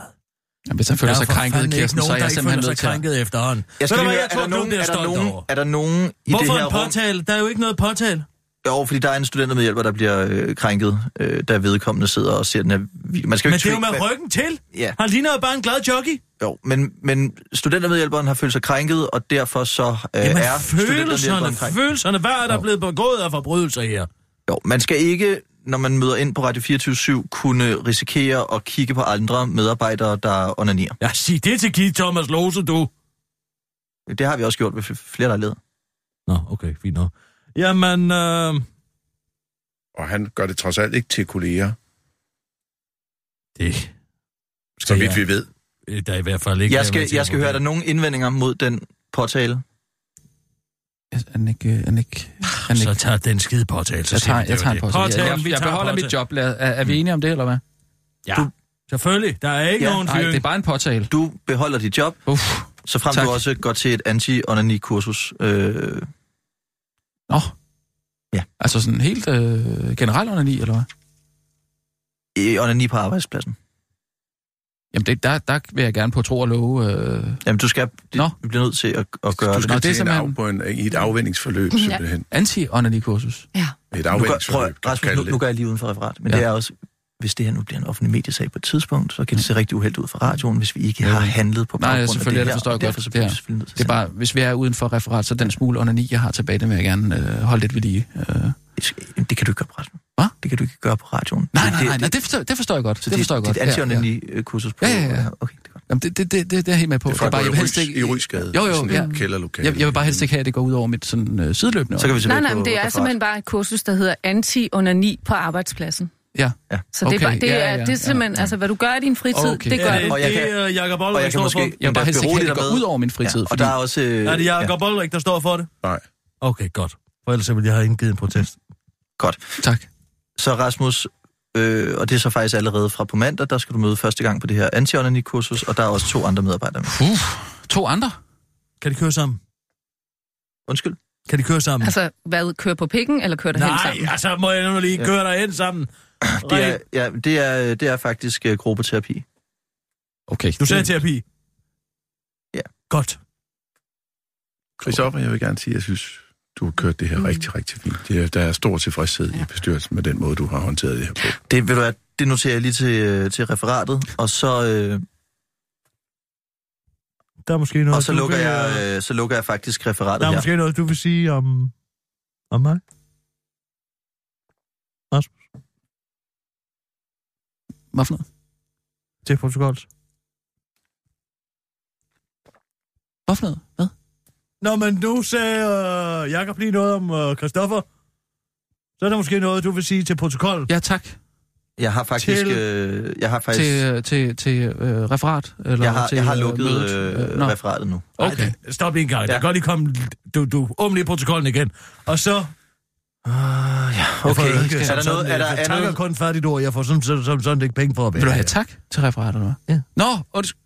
[SPEAKER 8] Jamen, hvis han føler
[SPEAKER 3] Der er
[SPEAKER 8] sig
[SPEAKER 3] for
[SPEAKER 8] krænket,
[SPEAKER 3] fanden ikke
[SPEAKER 8] Kirsten,
[SPEAKER 3] nogen,
[SPEAKER 8] så er
[SPEAKER 3] der
[SPEAKER 8] jeg
[SPEAKER 3] ikke
[SPEAKER 8] simpelthen
[SPEAKER 3] føler sig
[SPEAKER 8] nødt til at...
[SPEAKER 3] krænket efter hånden.
[SPEAKER 4] Jeg
[SPEAKER 3] Ved du hvad,
[SPEAKER 4] lige
[SPEAKER 3] jeg
[SPEAKER 4] høre,
[SPEAKER 3] tror, du er blevet
[SPEAKER 4] er, der
[SPEAKER 3] stolt
[SPEAKER 4] nogen,
[SPEAKER 3] over.
[SPEAKER 4] er der nogen i
[SPEAKER 3] Hvorfor
[SPEAKER 4] det her
[SPEAKER 3] en
[SPEAKER 4] rum?
[SPEAKER 3] påtale? Der er jo ikke noget påtale.
[SPEAKER 4] Jo, fordi der er en studentermedhjælper, der bliver øh, krænket, øh, da vedkommende sidder og ser den her video. Man skal jo
[SPEAKER 3] Men det
[SPEAKER 4] ikke
[SPEAKER 3] er jo med
[SPEAKER 4] tvinge-
[SPEAKER 3] ryggen til.
[SPEAKER 4] Ja.
[SPEAKER 3] Han ligner jo bare en glad jockey.
[SPEAKER 4] Jo, men, men studentermedhjælperen har følt sig krænket, og derfor så øh,
[SPEAKER 3] Jamen,
[SPEAKER 4] er studentermedhjælperen
[SPEAKER 3] følelserne,
[SPEAKER 4] krænket.
[SPEAKER 3] følelserne. Hvad er der blevet begået af forbrydelser her?
[SPEAKER 4] Jo, man skal ikke, når man møder ind på Radio 24 kunne risikere at kigge på andre medarbejdere, der onanerer.
[SPEAKER 3] Ja, sig det til Keith Thomas Lose, du.
[SPEAKER 4] Det har vi også gjort ved fl- flere lejligheder.
[SPEAKER 3] Nå, okay, fint nok. Jamen, øh,
[SPEAKER 6] Og han gør det trods alt ikke til kolleger,
[SPEAKER 3] det
[SPEAKER 6] så
[SPEAKER 3] skal
[SPEAKER 6] vidt
[SPEAKER 3] jeg,
[SPEAKER 6] vi ved.
[SPEAKER 3] vi... der er i hvert fald ikke...
[SPEAKER 4] Jeg skal,
[SPEAKER 3] med til at
[SPEAKER 4] jeg skal høre, er der
[SPEAKER 3] vurdere.
[SPEAKER 4] nogen indvendinger mod den påtale?
[SPEAKER 8] Er den ikke... Er den ikke, er den
[SPEAKER 3] Så
[SPEAKER 8] ikke
[SPEAKER 3] tager den skide påtale, så
[SPEAKER 8] jeg
[SPEAKER 3] siger
[SPEAKER 8] tager,
[SPEAKER 3] vi,
[SPEAKER 8] jeg
[SPEAKER 3] det
[SPEAKER 8] tager
[SPEAKER 3] er
[SPEAKER 8] en
[SPEAKER 3] jo det.
[SPEAKER 8] pause. Jeg,
[SPEAKER 3] Påtalen,
[SPEAKER 8] jeg,
[SPEAKER 3] vi
[SPEAKER 8] jeg
[SPEAKER 3] tager
[SPEAKER 8] beholder mit
[SPEAKER 3] påtale.
[SPEAKER 8] job. Er, er er vi enige om det, eller hvad?
[SPEAKER 3] Ja, selvfølgelig. Der er ikke
[SPEAKER 4] Ja.
[SPEAKER 3] nogen
[SPEAKER 8] Nej, det er
[SPEAKER 3] tvivl.
[SPEAKER 8] bare en påtale.
[SPEAKER 4] Du beholder dit job,
[SPEAKER 8] Uff.
[SPEAKER 4] så frem
[SPEAKER 8] Tak.
[SPEAKER 4] du også går til et anti-onani-kursus. Øh,
[SPEAKER 8] Nå.
[SPEAKER 4] Ja.
[SPEAKER 8] Altså sådan helt øh, generelt onani, eller hvad?
[SPEAKER 4] i onani på arbejdspladsen.
[SPEAKER 8] Jamen, det, der, der vil jeg gerne på tro og love. Øh,
[SPEAKER 4] Jamen, du skal... Det,
[SPEAKER 8] Nå.
[SPEAKER 4] Vi bliver nødt til at, at gøre
[SPEAKER 6] Du
[SPEAKER 4] det.
[SPEAKER 8] Nå,
[SPEAKER 6] skal
[SPEAKER 8] det er
[SPEAKER 6] til en
[SPEAKER 8] simpelthen-
[SPEAKER 6] af, på en, i et afvendingsforløb,
[SPEAKER 7] Ja.
[SPEAKER 6] simpelthen.
[SPEAKER 8] anti-onani-kursus.
[SPEAKER 6] Et
[SPEAKER 4] Nu gør, prøv,
[SPEAKER 6] afvendingsforløb,
[SPEAKER 4] at- Rasmus, nu, nu gør jeg lige uden for referat, men
[SPEAKER 8] Ja.
[SPEAKER 4] ja. det er også, hvis det her nu bliver en offentlig mediesag på et tidspunkt, så kan det se rigtig uheldigt ud for radioen, hvis vi ikke har handlet på
[SPEAKER 8] Nej,
[SPEAKER 4] baggrund
[SPEAKER 8] selvfølgelig,
[SPEAKER 4] af
[SPEAKER 8] det
[SPEAKER 4] det her.
[SPEAKER 8] forstår jeg
[SPEAKER 4] og derfor
[SPEAKER 8] godt.
[SPEAKER 4] så bliver
[SPEAKER 8] Det
[SPEAKER 4] vi
[SPEAKER 8] er-
[SPEAKER 4] selvfølgelig nødt til
[SPEAKER 8] Det er bare, hvis vi er uden for referat, så den smule onani, jeg har tilbage, den vil jeg gerne øh, holde lidt ved lige. Øh.
[SPEAKER 4] at sende det. Det kan du ikke gøre på radioen.
[SPEAKER 8] Hvad?
[SPEAKER 4] Det kan du ikke gøre på radioen.
[SPEAKER 8] Nej,
[SPEAKER 4] Så
[SPEAKER 8] nej, nej, nej, det forstår, det forstår jeg godt.
[SPEAKER 4] Så
[SPEAKER 8] det forstår jeg godt.
[SPEAKER 4] Det er et anti-onani-kursus på...
[SPEAKER 8] Ja, ja, ja.
[SPEAKER 4] øh, Okay, det er godt.
[SPEAKER 8] Jamen, det, det, det, det, det er jeg helt med på.
[SPEAKER 6] Det
[SPEAKER 8] Det er bare, jeg vil helst ikke...
[SPEAKER 6] i Altså, Rysgade.
[SPEAKER 8] Jo, jo,
[SPEAKER 6] sådan
[SPEAKER 8] ja.
[SPEAKER 6] et kælderlokale.
[SPEAKER 8] Jeg, jeg vil bare helst ikke have, at det går ud over mit sådan, øh, sideløbende.
[SPEAKER 4] Så kan vi
[SPEAKER 7] Nej,
[SPEAKER 4] tilbage
[SPEAKER 7] nej, men
[SPEAKER 4] på
[SPEAKER 7] det er
[SPEAKER 4] referat.
[SPEAKER 7] simpelthen bare et kursus, der hedder anti-onani på arbejdspladsen.
[SPEAKER 8] Ja.
[SPEAKER 4] Ja.
[SPEAKER 7] Så det,
[SPEAKER 8] Okay,
[SPEAKER 7] er, bare, det,
[SPEAKER 8] ja,
[SPEAKER 7] er,
[SPEAKER 8] ja,
[SPEAKER 7] det er simpelthen,
[SPEAKER 8] ja.
[SPEAKER 7] altså hvad du gør i din fritid,
[SPEAKER 8] Okay.
[SPEAKER 7] okay. det gør
[SPEAKER 3] Ja,
[SPEAKER 7] ja,
[SPEAKER 3] det,
[SPEAKER 4] Og jeg
[SPEAKER 3] det
[SPEAKER 4] kan-
[SPEAKER 3] er Jacob
[SPEAKER 4] Og
[SPEAKER 3] Olrik,
[SPEAKER 4] jeg
[SPEAKER 3] der
[SPEAKER 4] kan
[SPEAKER 3] står for.
[SPEAKER 4] måske...
[SPEAKER 8] Jeg vil
[SPEAKER 4] endda
[SPEAKER 8] bare helst ikke have, at
[SPEAKER 4] berolige dig
[SPEAKER 8] det går
[SPEAKER 4] med-
[SPEAKER 8] ud over min fritid.
[SPEAKER 4] Ja, og der er også... øh,
[SPEAKER 3] Er det
[SPEAKER 4] ja,
[SPEAKER 3] Jacob Olrik, der står for det?
[SPEAKER 6] Nej.
[SPEAKER 3] Okay, godt. For ellers ville jeg have indgivet en protest.
[SPEAKER 4] Godt.
[SPEAKER 8] Tak.
[SPEAKER 4] Så Rasmus, øh, og det er så faktisk allerede fra på mandag, der skal du møde første gang på det her anti-onani-kursus, og der er også to andre medarbejdere med.
[SPEAKER 8] Puh. To andre?
[SPEAKER 3] Kan de køre sammen?
[SPEAKER 4] Undskyld.
[SPEAKER 3] Kan de køre sammen?
[SPEAKER 7] Altså, hvad, kører på pikken, eller kører derhen
[SPEAKER 3] Nej,
[SPEAKER 7] sammen?
[SPEAKER 3] altså må jeg nu lige
[SPEAKER 4] Ja.
[SPEAKER 3] køre dig hen sammen.
[SPEAKER 4] Det er,
[SPEAKER 3] Ren-
[SPEAKER 4] ja, det er, det er faktisk øh, gruppeterapi.
[SPEAKER 8] Okay. Øh,
[SPEAKER 3] Du sagde terapi?
[SPEAKER 4] Ja.
[SPEAKER 3] Godt.
[SPEAKER 6] Christoffer, jeg vil gerne sige, at jeg synes, du har kørt det her mm. rigtig, rigtig fint. Det er, der er stor tilfredshed ja. i bestyrelsen med den måde, du har håndteret det her på.
[SPEAKER 4] Det, ved du hvad, det noterer jeg lige til, øh, til referatet, og så, øh,
[SPEAKER 3] Der er måske noget,
[SPEAKER 4] og så,
[SPEAKER 3] du
[SPEAKER 4] lukker,
[SPEAKER 3] vil, øh,
[SPEAKER 4] jeg, øh, så lukker jeg faktisk referatet
[SPEAKER 3] Der er
[SPEAKER 4] her.
[SPEAKER 3] måske noget, du vil sige om, om mig?
[SPEAKER 8] Hvad for noget?
[SPEAKER 3] Til protokollet?
[SPEAKER 8] Hvad for noget? Hvad?
[SPEAKER 3] Nå, men nu sagde øh, Jakob lige noget om øh, Christoffer. Så er der måske noget, du vil sige til protokollet.
[SPEAKER 8] Ja, tak.
[SPEAKER 4] Jeg har faktisk...
[SPEAKER 3] Til-
[SPEAKER 4] Øh, jeg har faktisk...
[SPEAKER 8] Til, øh, til, til øh, referat? Eller
[SPEAKER 4] jeg, har,
[SPEAKER 8] til,
[SPEAKER 4] jeg har
[SPEAKER 8] øh,
[SPEAKER 4] lukket
[SPEAKER 8] mødet?
[SPEAKER 4] øh,
[SPEAKER 8] Nå,
[SPEAKER 4] referatet nu.
[SPEAKER 8] okay.
[SPEAKER 3] Ej, det- stop lige en gang. Ja.
[SPEAKER 4] Ja.
[SPEAKER 3] Jeg kan godt lige komme... Du, du åbner lige protokollen igen. Og så...
[SPEAKER 4] Uh, ja, okay.
[SPEAKER 3] Jeg får ikke-
[SPEAKER 4] Er der
[SPEAKER 3] sådan, øh,
[SPEAKER 4] noget... Er der
[SPEAKER 3] jeg takker
[SPEAKER 4] andet?
[SPEAKER 3] kun færdigt ord. Jeg får som, som, som sådan ikke penge for at være.
[SPEAKER 8] Vil du have tak til referatet, eller hvad?
[SPEAKER 3] Ja.
[SPEAKER 8] Nå, undskyld.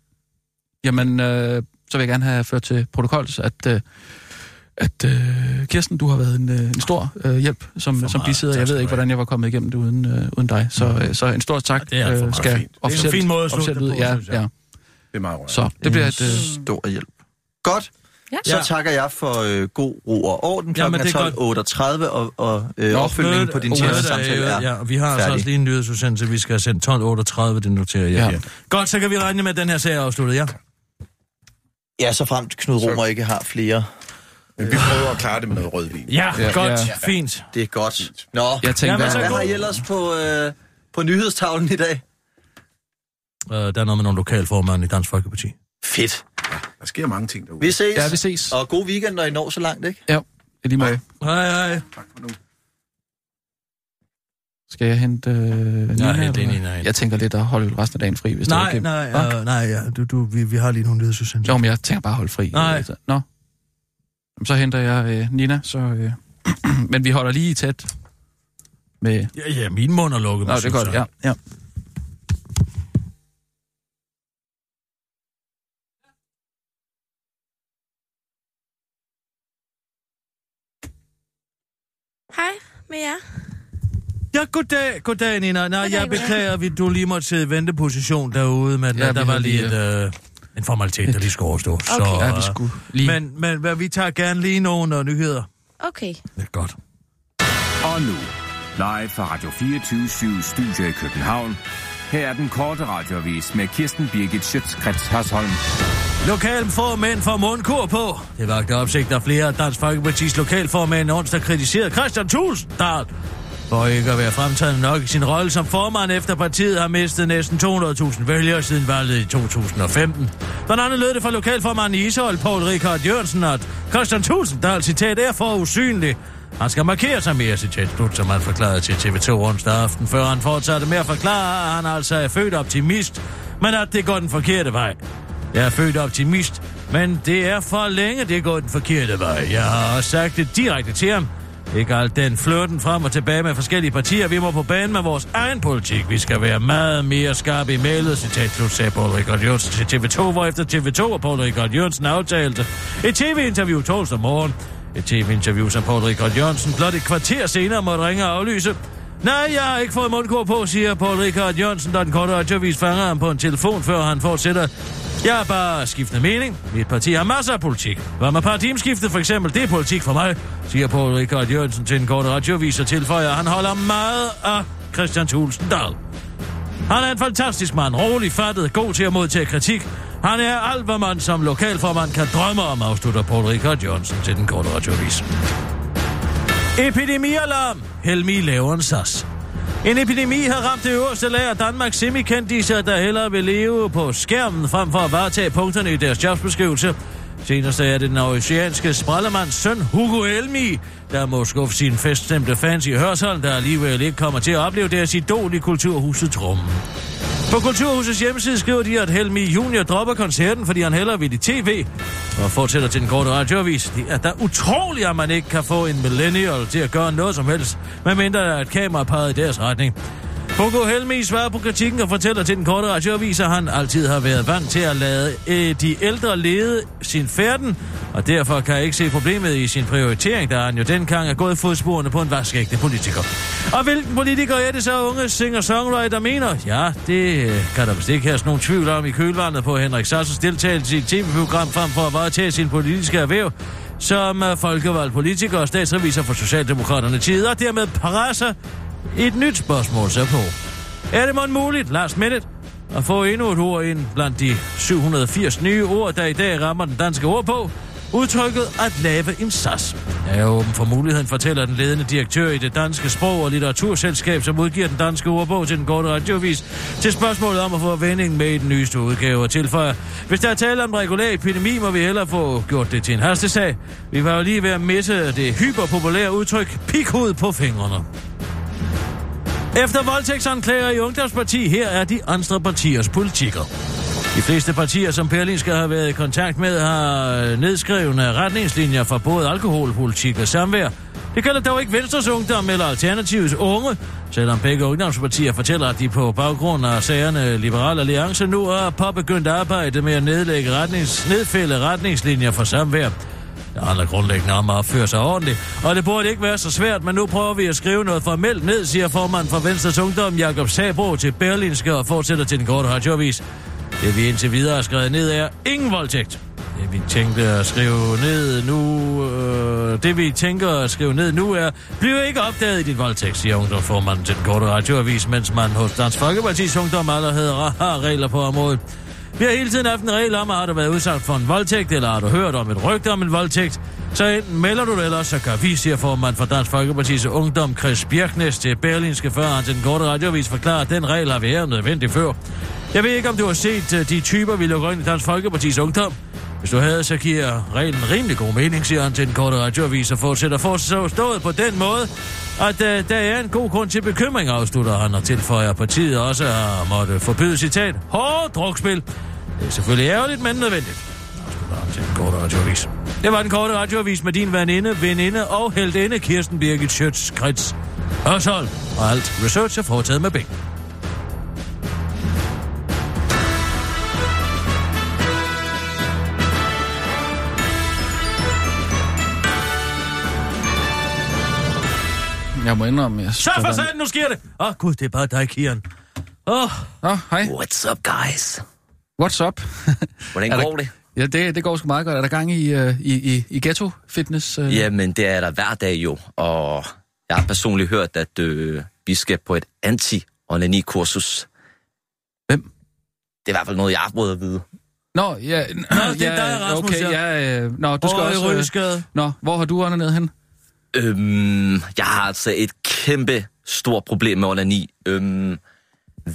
[SPEAKER 8] Jamen, øh, så vil jeg gerne have ført til protokollet, at, øh, at øh, Kirsten, du har været en, øh, en stor øh, hjælp som,
[SPEAKER 3] For
[SPEAKER 8] som
[SPEAKER 3] meget.
[SPEAKER 8] bisidder.
[SPEAKER 3] Tak
[SPEAKER 8] Jeg
[SPEAKER 3] skal
[SPEAKER 8] ved
[SPEAKER 3] du
[SPEAKER 8] ikke,
[SPEAKER 3] have. Mm.
[SPEAKER 8] hvordan jeg var kommet igennem det uden, øh, uden dig. Så, øh, så en stor tak øh,
[SPEAKER 3] Ja, det er for meget
[SPEAKER 8] skal
[SPEAKER 6] fint.
[SPEAKER 3] en
[SPEAKER 8] officielt,
[SPEAKER 3] fin måde at slutte
[SPEAKER 8] officielt
[SPEAKER 3] det
[SPEAKER 8] ud.
[SPEAKER 3] på,
[SPEAKER 8] Ja,
[SPEAKER 3] synes jeg.
[SPEAKER 8] ja.
[SPEAKER 6] Det er meget rørende.
[SPEAKER 8] Så det bliver et... Øh,
[SPEAKER 4] Stor hjælp. Godt.
[SPEAKER 7] Ja.
[SPEAKER 4] Så
[SPEAKER 3] Ja.
[SPEAKER 4] takker jeg for øh, god ro og orden. Klokken
[SPEAKER 3] Jamen, det er godt.
[SPEAKER 4] er 12.38, og, og øh,
[SPEAKER 8] Nå,
[SPEAKER 4] opfølgningen på din
[SPEAKER 8] mødet er-
[SPEAKER 4] tjenestesamtale er...
[SPEAKER 3] Ja, vi har altså
[SPEAKER 4] færdig.
[SPEAKER 3] også lige en nyhedsudsendelse. Vi skal have sendt 12.38, det noterer jeg.
[SPEAKER 8] Ja.
[SPEAKER 3] Ja. Godt, så kan vi regne med, at den her sag er afsluttet, ja?
[SPEAKER 4] Ja, så fremt Knud Romer ikke har flere.
[SPEAKER 6] Men vi prøver at klare det med noget rødvin.
[SPEAKER 3] Ja,
[SPEAKER 8] Ja.
[SPEAKER 3] ja godt,
[SPEAKER 8] Ja.
[SPEAKER 3] ja. fint.
[SPEAKER 4] Det er godt. Nå,
[SPEAKER 8] jeg tænker,
[SPEAKER 3] Jamen,
[SPEAKER 8] hvad,
[SPEAKER 3] så
[SPEAKER 4] hvad
[SPEAKER 3] god.
[SPEAKER 4] har I ellers på, øh, på nyhedstavlen i dag?
[SPEAKER 3] Uh, der er noget med nogle lokalformand i Dansk Folkeparti.
[SPEAKER 4] Fedt.
[SPEAKER 6] Der sker mange ting derude.
[SPEAKER 4] Vi ses.
[SPEAKER 8] ja, vi ses.
[SPEAKER 4] Og god weekend, når I når så langt, ikke?
[SPEAKER 8] Ja, i lige måde.
[SPEAKER 3] Hej, hej.
[SPEAKER 8] Skal jeg hente øh, Nina?
[SPEAKER 3] Jeg er helt
[SPEAKER 8] eller
[SPEAKER 3] enig,
[SPEAKER 8] hvad?
[SPEAKER 3] nej.
[SPEAKER 8] Jeg tænker lidt at holde resten af dagen fri, hvis det er
[SPEAKER 3] Nej,
[SPEAKER 8] okay.
[SPEAKER 3] nej,
[SPEAKER 8] Hva?
[SPEAKER 3] øh, nej, ja. du, du, vi, vi har lige nogle nyhedsudsendelser.
[SPEAKER 8] Altså, Jo, men jeg tænker bare at holde fri.
[SPEAKER 3] Nej.
[SPEAKER 8] Altså. Nå. Jamen, Så henter jeg øh, Nina, så øh, Men vi holder lige tæt med...
[SPEAKER 3] Ja, ja, min mund er lukket.
[SPEAKER 8] Nå, det er godt, ja. ja.
[SPEAKER 9] Hej med jer.
[SPEAKER 3] Ja, goddag, goddag Nina. Nej,
[SPEAKER 9] Goddag,
[SPEAKER 3] jeg
[SPEAKER 9] goddag.
[SPEAKER 3] beklager, at vi- du lige måtte sidde i venteposition derude, men
[SPEAKER 8] Ja,
[SPEAKER 3] ja,
[SPEAKER 8] vi
[SPEAKER 3] der var
[SPEAKER 8] havde
[SPEAKER 3] lige et,
[SPEAKER 8] lige,
[SPEAKER 3] øh, en formalitet, der lige skulle overstå. Okay. Så,
[SPEAKER 8] Ja, vi
[SPEAKER 3] øh,
[SPEAKER 8] skulle lige... Men...
[SPEAKER 3] Men, men hvad, vi tager gerne lige nogle øh, nyheder.
[SPEAKER 9] Okay.
[SPEAKER 3] Det er godt.
[SPEAKER 10] Og nu, live fra Radio 24 Studio i København. Her er den korte radiovis med Kirsten Birgit Schøtzgrads Hasholm.
[SPEAKER 3] Lokalen får mænd for mundkur på. Det vagte opsigt, da flere af Dansk Folkeparti's lokalformand onsdag kritiserede Christian Thuls start. For ikke at være fremtrædende nok i sin rolle som formand efter partiet har mistet næsten 200.000 vælgere siden valget i 2015. Blandt andet lød det fra lokalformanden i Ishøj, Poul Rikard Jørgensen, at Christian Thulsen, der citat er for usynlig. Han skal markere sig mere, citat slut, som han forklarede til TV2 onsdag aften, før han fortsatte med at forklare, at han altså er født optimist, men at det går den forkerte vej. Jeg er født optimist, men det er for længe, det går den forkerte vej. Jeg har også sagt det direkte til ham. Ikke alt den flirten frem og tilbage med forskellige partier. Vi må på banen med vores egen politik. Vi skal være meget mere skarpe i mailet, citat slut, sagde Poul Rikard Jørgensen til TV2, hvorefter TV2 og Poul Rikard Jørgensen aftalte et tv-interview torsdag morgen. Et tv-interview, som Poul Rikard Jørgensen blot et kvarter senere måtte ringe og aflyse. Nej, jeg har ikke fået mundkur på, siger Poul Rikard Jørgensen, da den korte radiovis fanger ham på en telefon, før han fortsætter. Jeg har bare skiftet mening. Mit parti har masser af politik. Hvad med paradigmskiftet for eksempel? Det er politik for mig, siger Poul Rikard Jørgensen til den korte radiovis og tilføjer, at han holder meget af Christian Thulsen Dahl. Han er en fantastisk mand, rolig fattet, god til at modtage kritik. Han er alt, hvad man som lokalformand kan drømme om, afslutter Paul Rikard Jørgensen til den korte radioavis. Epidemialarm! Helmi laver en sas. En epidemi har ramt det øverste lag af Danmarks semikendiser, der hellere vil leve på skærmen frem for at varetage punkterne i deres jobbeskrivelse. Senest er det den aarhusianske sprællemands søn Hugo Elmi, der må skuffe sine feststemte fans i Hørsholm, der alligevel ikke kommer til at opleve deres idol i kulturhuset Trummen. På Kulturhusets hjemmeside skriver de, at Helmi Junior dropper koncerten, fordi han hellere vil i tv. Og fortsætter til den korte radioavis. Det er da utroligt, at man ikke kan få en millennial til at gøre noget som helst, medmindre der er et kamera peget i deres retning. Hugo Helmi svarer på kritikken og fortæller til den korte radioavis, at han altid har været vant til at lade øh, de ældre lede sin færden, og derfor kan jeg ikke se problemet i sin prioritering, da han jo dengang er gået i fodsporene på en vaskægte politiker. Og hvilken politiker er det så, unge singer-songwriter mener? Ja, det øh, kan der vist ikke herske nogen tvivl om i kølvandet på Henrik Sassels deltagelse i et tv-program frem for at varetage sin politiske erhverv som øh, folkevalgt politiker og statsrevisor for Socialdemokraterne tid, og dermed presser et nyt spørgsmål så på. Er det mon muligt, last minute, at få endnu et ord ind blandt de 780 nye ord, der i dag rammer den danske ord på? Udtrykket at lave en sas. Jeg er åben for muligheden, fortæller den ledende direktør i det danske sprog- og litteraturselskab, som udgiver den danske ordbog til den korte radiovis, til spørgsmålet om at få vendingen med i den nyeste udgave og tilføjer. Hvis der er tale om en regulær epidemi, må vi hellere få gjort det til en hastesag. Vi var jo lige ved at misse det hyperpopulære udtryk pikhoved på fingrene. Efter voldtægtsanklager i Ungdomsparti, her er de andre partiers politikker. De fleste partier, som Berlinske har været i kontakt med, har nedskrevne retningslinjer for både alkoholpolitik og samvær. Det gælder dog ikke Venstres Ungdom eller Alternativets Unge, selvom begge ungdomspartier fortæller, at de på baggrund af sagerne Liberal Alliance nu har påbegyndt arbejde med at nedlægge retnings, nedfælde retningslinjer for samvær. Det handler grundlæggende om at opføre sig ordentligt. Og det burde ikke være så svært, men nu prøver vi at skrive noget formelt ned, siger formanden for Venstres Ungdom, Jakob Sabro, til Berlinske og fortsætter til den korte radioavis. Det vi indtil videre har skrevet ned er ingen voldtægt. Det vi tænkte at skrive ned nu, øh, det vi tænker at skrive ned nu er, bliver ikke opdaget i dit voldtægt, siger ungdomsformanden til den korte radioavis, mens man hos Dansk Folkeparti's Ungdom allerede har regler på området. Vi har hele tiden haft en regel om, at har du været udsat for en voldtægt, eller har du hørt om et rygte om en voldtægt, så enten melder du det, eller så gør vi, siger formand for Dansk Folkeparti's Ungdom, Chris Bjerknes, til Berlinske før han til den korte radiovis forklarer, at den regel har vi her nødvendig før. Jeg ved ikke, om du har set øh, de typer, vi lukker ind i Dansk Folkeparti's Ungdom. Hvis du havde, så giver reglen rimelig god mening, siger han til den korte radioavis og fortsætter forstået på den måde, at øh, der er en god grund til bekymring, afslutter han og tilføjer at partiet også har måtte forbyde citat. Hårdt drukspil. Det er selvfølgelig ærgerligt, men nødvendigt. Afslutter han til den korte radioavis. Det var den korte radioavis med din veninde, veninde og heldinde Kirsten Birgit Schøtz, Krets, Hørsholm og alt research er foretaget med Bing.
[SPEAKER 8] Jeg må indrømme, jeg...
[SPEAKER 3] Så for satan, nu sker det! Åh, oh, gud, det er bare dig, Kieran. Åh, oh,
[SPEAKER 8] Åh, oh, hej.
[SPEAKER 11] What's up, guys?
[SPEAKER 8] What's up?
[SPEAKER 11] Hvordan
[SPEAKER 8] Er der-
[SPEAKER 11] går det?
[SPEAKER 8] Ja, det, det går sgu meget godt. Er der gang i, øh, i, i, i ghetto-fitness? øh?
[SPEAKER 11] Jamen, det er der hver dag jo, og jeg har personligt hørt, at øh, vi skal på et anti-onani-kursus.
[SPEAKER 8] Hvem?
[SPEAKER 11] Det er i hvert fald noget, jeg har fået at vide.
[SPEAKER 8] Nå, ja, n- ja,
[SPEAKER 3] det er dig, Rasmus,
[SPEAKER 8] Okay,
[SPEAKER 3] ja.
[SPEAKER 8] ja, øh, nå, du
[SPEAKER 3] du
[SPEAKER 8] skal
[SPEAKER 3] skal i
[SPEAKER 8] også... Øh,
[SPEAKER 3] Rylleskade.
[SPEAKER 8] nå, hvor har du under ned hen?
[SPEAKER 11] Øhm, jeg har altså et kæmpe stort problem med onani. Øhm,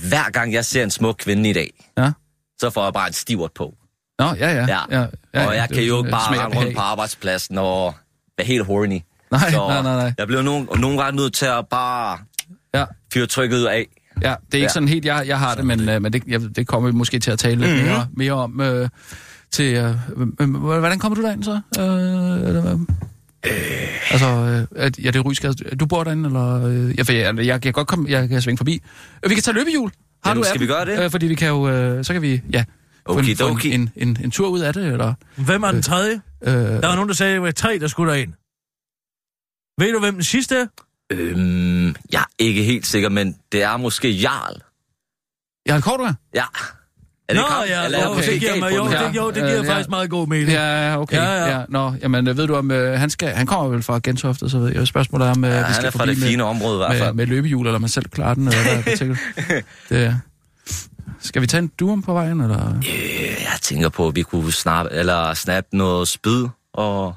[SPEAKER 11] hver gang jeg ser en smuk kvinde i dag,
[SPEAKER 8] Ja.
[SPEAKER 11] så får jeg bare en stivert på.
[SPEAKER 8] Nå, ja, ja.
[SPEAKER 11] Ja.
[SPEAKER 8] ja, ja
[SPEAKER 11] og jeg
[SPEAKER 8] det
[SPEAKER 11] kan
[SPEAKER 8] er
[SPEAKER 11] jo
[SPEAKER 8] sådan,
[SPEAKER 11] ikke
[SPEAKER 8] øh, smag
[SPEAKER 11] bare
[SPEAKER 8] og
[SPEAKER 11] rende rundt
[SPEAKER 8] behag.
[SPEAKER 11] på arbejdspladsen og være helt horny.
[SPEAKER 8] Nej, nej, nej, nej.
[SPEAKER 11] Jeg bliver nogen, nogle gange nødt til at bare
[SPEAKER 8] Ja.
[SPEAKER 11] fyre trykket af.
[SPEAKER 8] Ja, det er ikke
[SPEAKER 11] Ja.
[SPEAKER 8] ja. sådan helt, jeg, jeg har det, men, øh, men det, jeg, det kommer vi måske til at tale lidt
[SPEAKER 3] Mhm.
[SPEAKER 8] mm-hmm. mere, mere om. Øh, til, øh, øh, hvordan kommer du derind så? Øh, eller, hvad? altså, øh, at, ja, det er Rysgade. Du bor derinde, eller? Øh, ja, for jeg, jeg, jeg kan godt komme, jeg kan svinge forbi. Øh, vi kan tage løbehjul. Har
[SPEAKER 11] Jamen,
[SPEAKER 8] du
[SPEAKER 11] skal
[SPEAKER 8] appen?
[SPEAKER 11] vi gøre det?
[SPEAKER 8] Øh, fordi vi kan jo, øh, så kan vi, ja, få, en, få
[SPEAKER 11] Okidoki.
[SPEAKER 8] en, en, en, en tur ud af det, eller?
[SPEAKER 3] Hvem er den tredje?
[SPEAKER 8] Øh,
[SPEAKER 3] Der var nogen, der sagde, at det var tre, der skulle derind. Ved du, hvem den sidste er?
[SPEAKER 11] Øhm, jeg er ikke helt sikker, men det er måske Jarl.
[SPEAKER 8] jeg har Cordua.
[SPEAKER 11] Ja. Er det ikke ham?
[SPEAKER 3] ja,
[SPEAKER 11] Eller er jeg
[SPEAKER 3] jo, det
[SPEAKER 11] måske
[SPEAKER 3] giver,
[SPEAKER 11] galt
[SPEAKER 3] mig,
[SPEAKER 11] på
[SPEAKER 3] jo,
[SPEAKER 11] den her?
[SPEAKER 3] det, jo, det
[SPEAKER 8] Øh,
[SPEAKER 3] giver
[SPEAKER 8] ja.
[SPEAKER 3] faktisk meget god mening.
[SPEAKER 8] Ja, okay.
[SPEAKER 3] Ja,
[SPEAKER 8] Ja,
[SPEAKER 3] ja.
[SPEAKER 8] ja. ja nå, jamen, øh, ved du om, øh, han, skal, han kommer vel fra Gentofte, så ved jeg. Spørgsmålet er, om øh,
[SPEAKER 11] Ja,
[SPEAKER 8] vi
[SPEAKER 11] han
[SPEAKER 8] skal
[SPEAKER 11] er fra det
[SPEAKER 8] forbi med-
[SPEAKER 11] fine område i hvert
[SPEAKER 8] med,
[SPEAKER 11] fald.
[SPEAKER 8] med løbehjul, eller man selv klarer den, eller hvad tænker du? det er. Skal vi tage en duum på vejen, eller?
[SPEAKER 11] Øh, Jeg tænker på, at vi kunne snap, eller snappe noget spyd og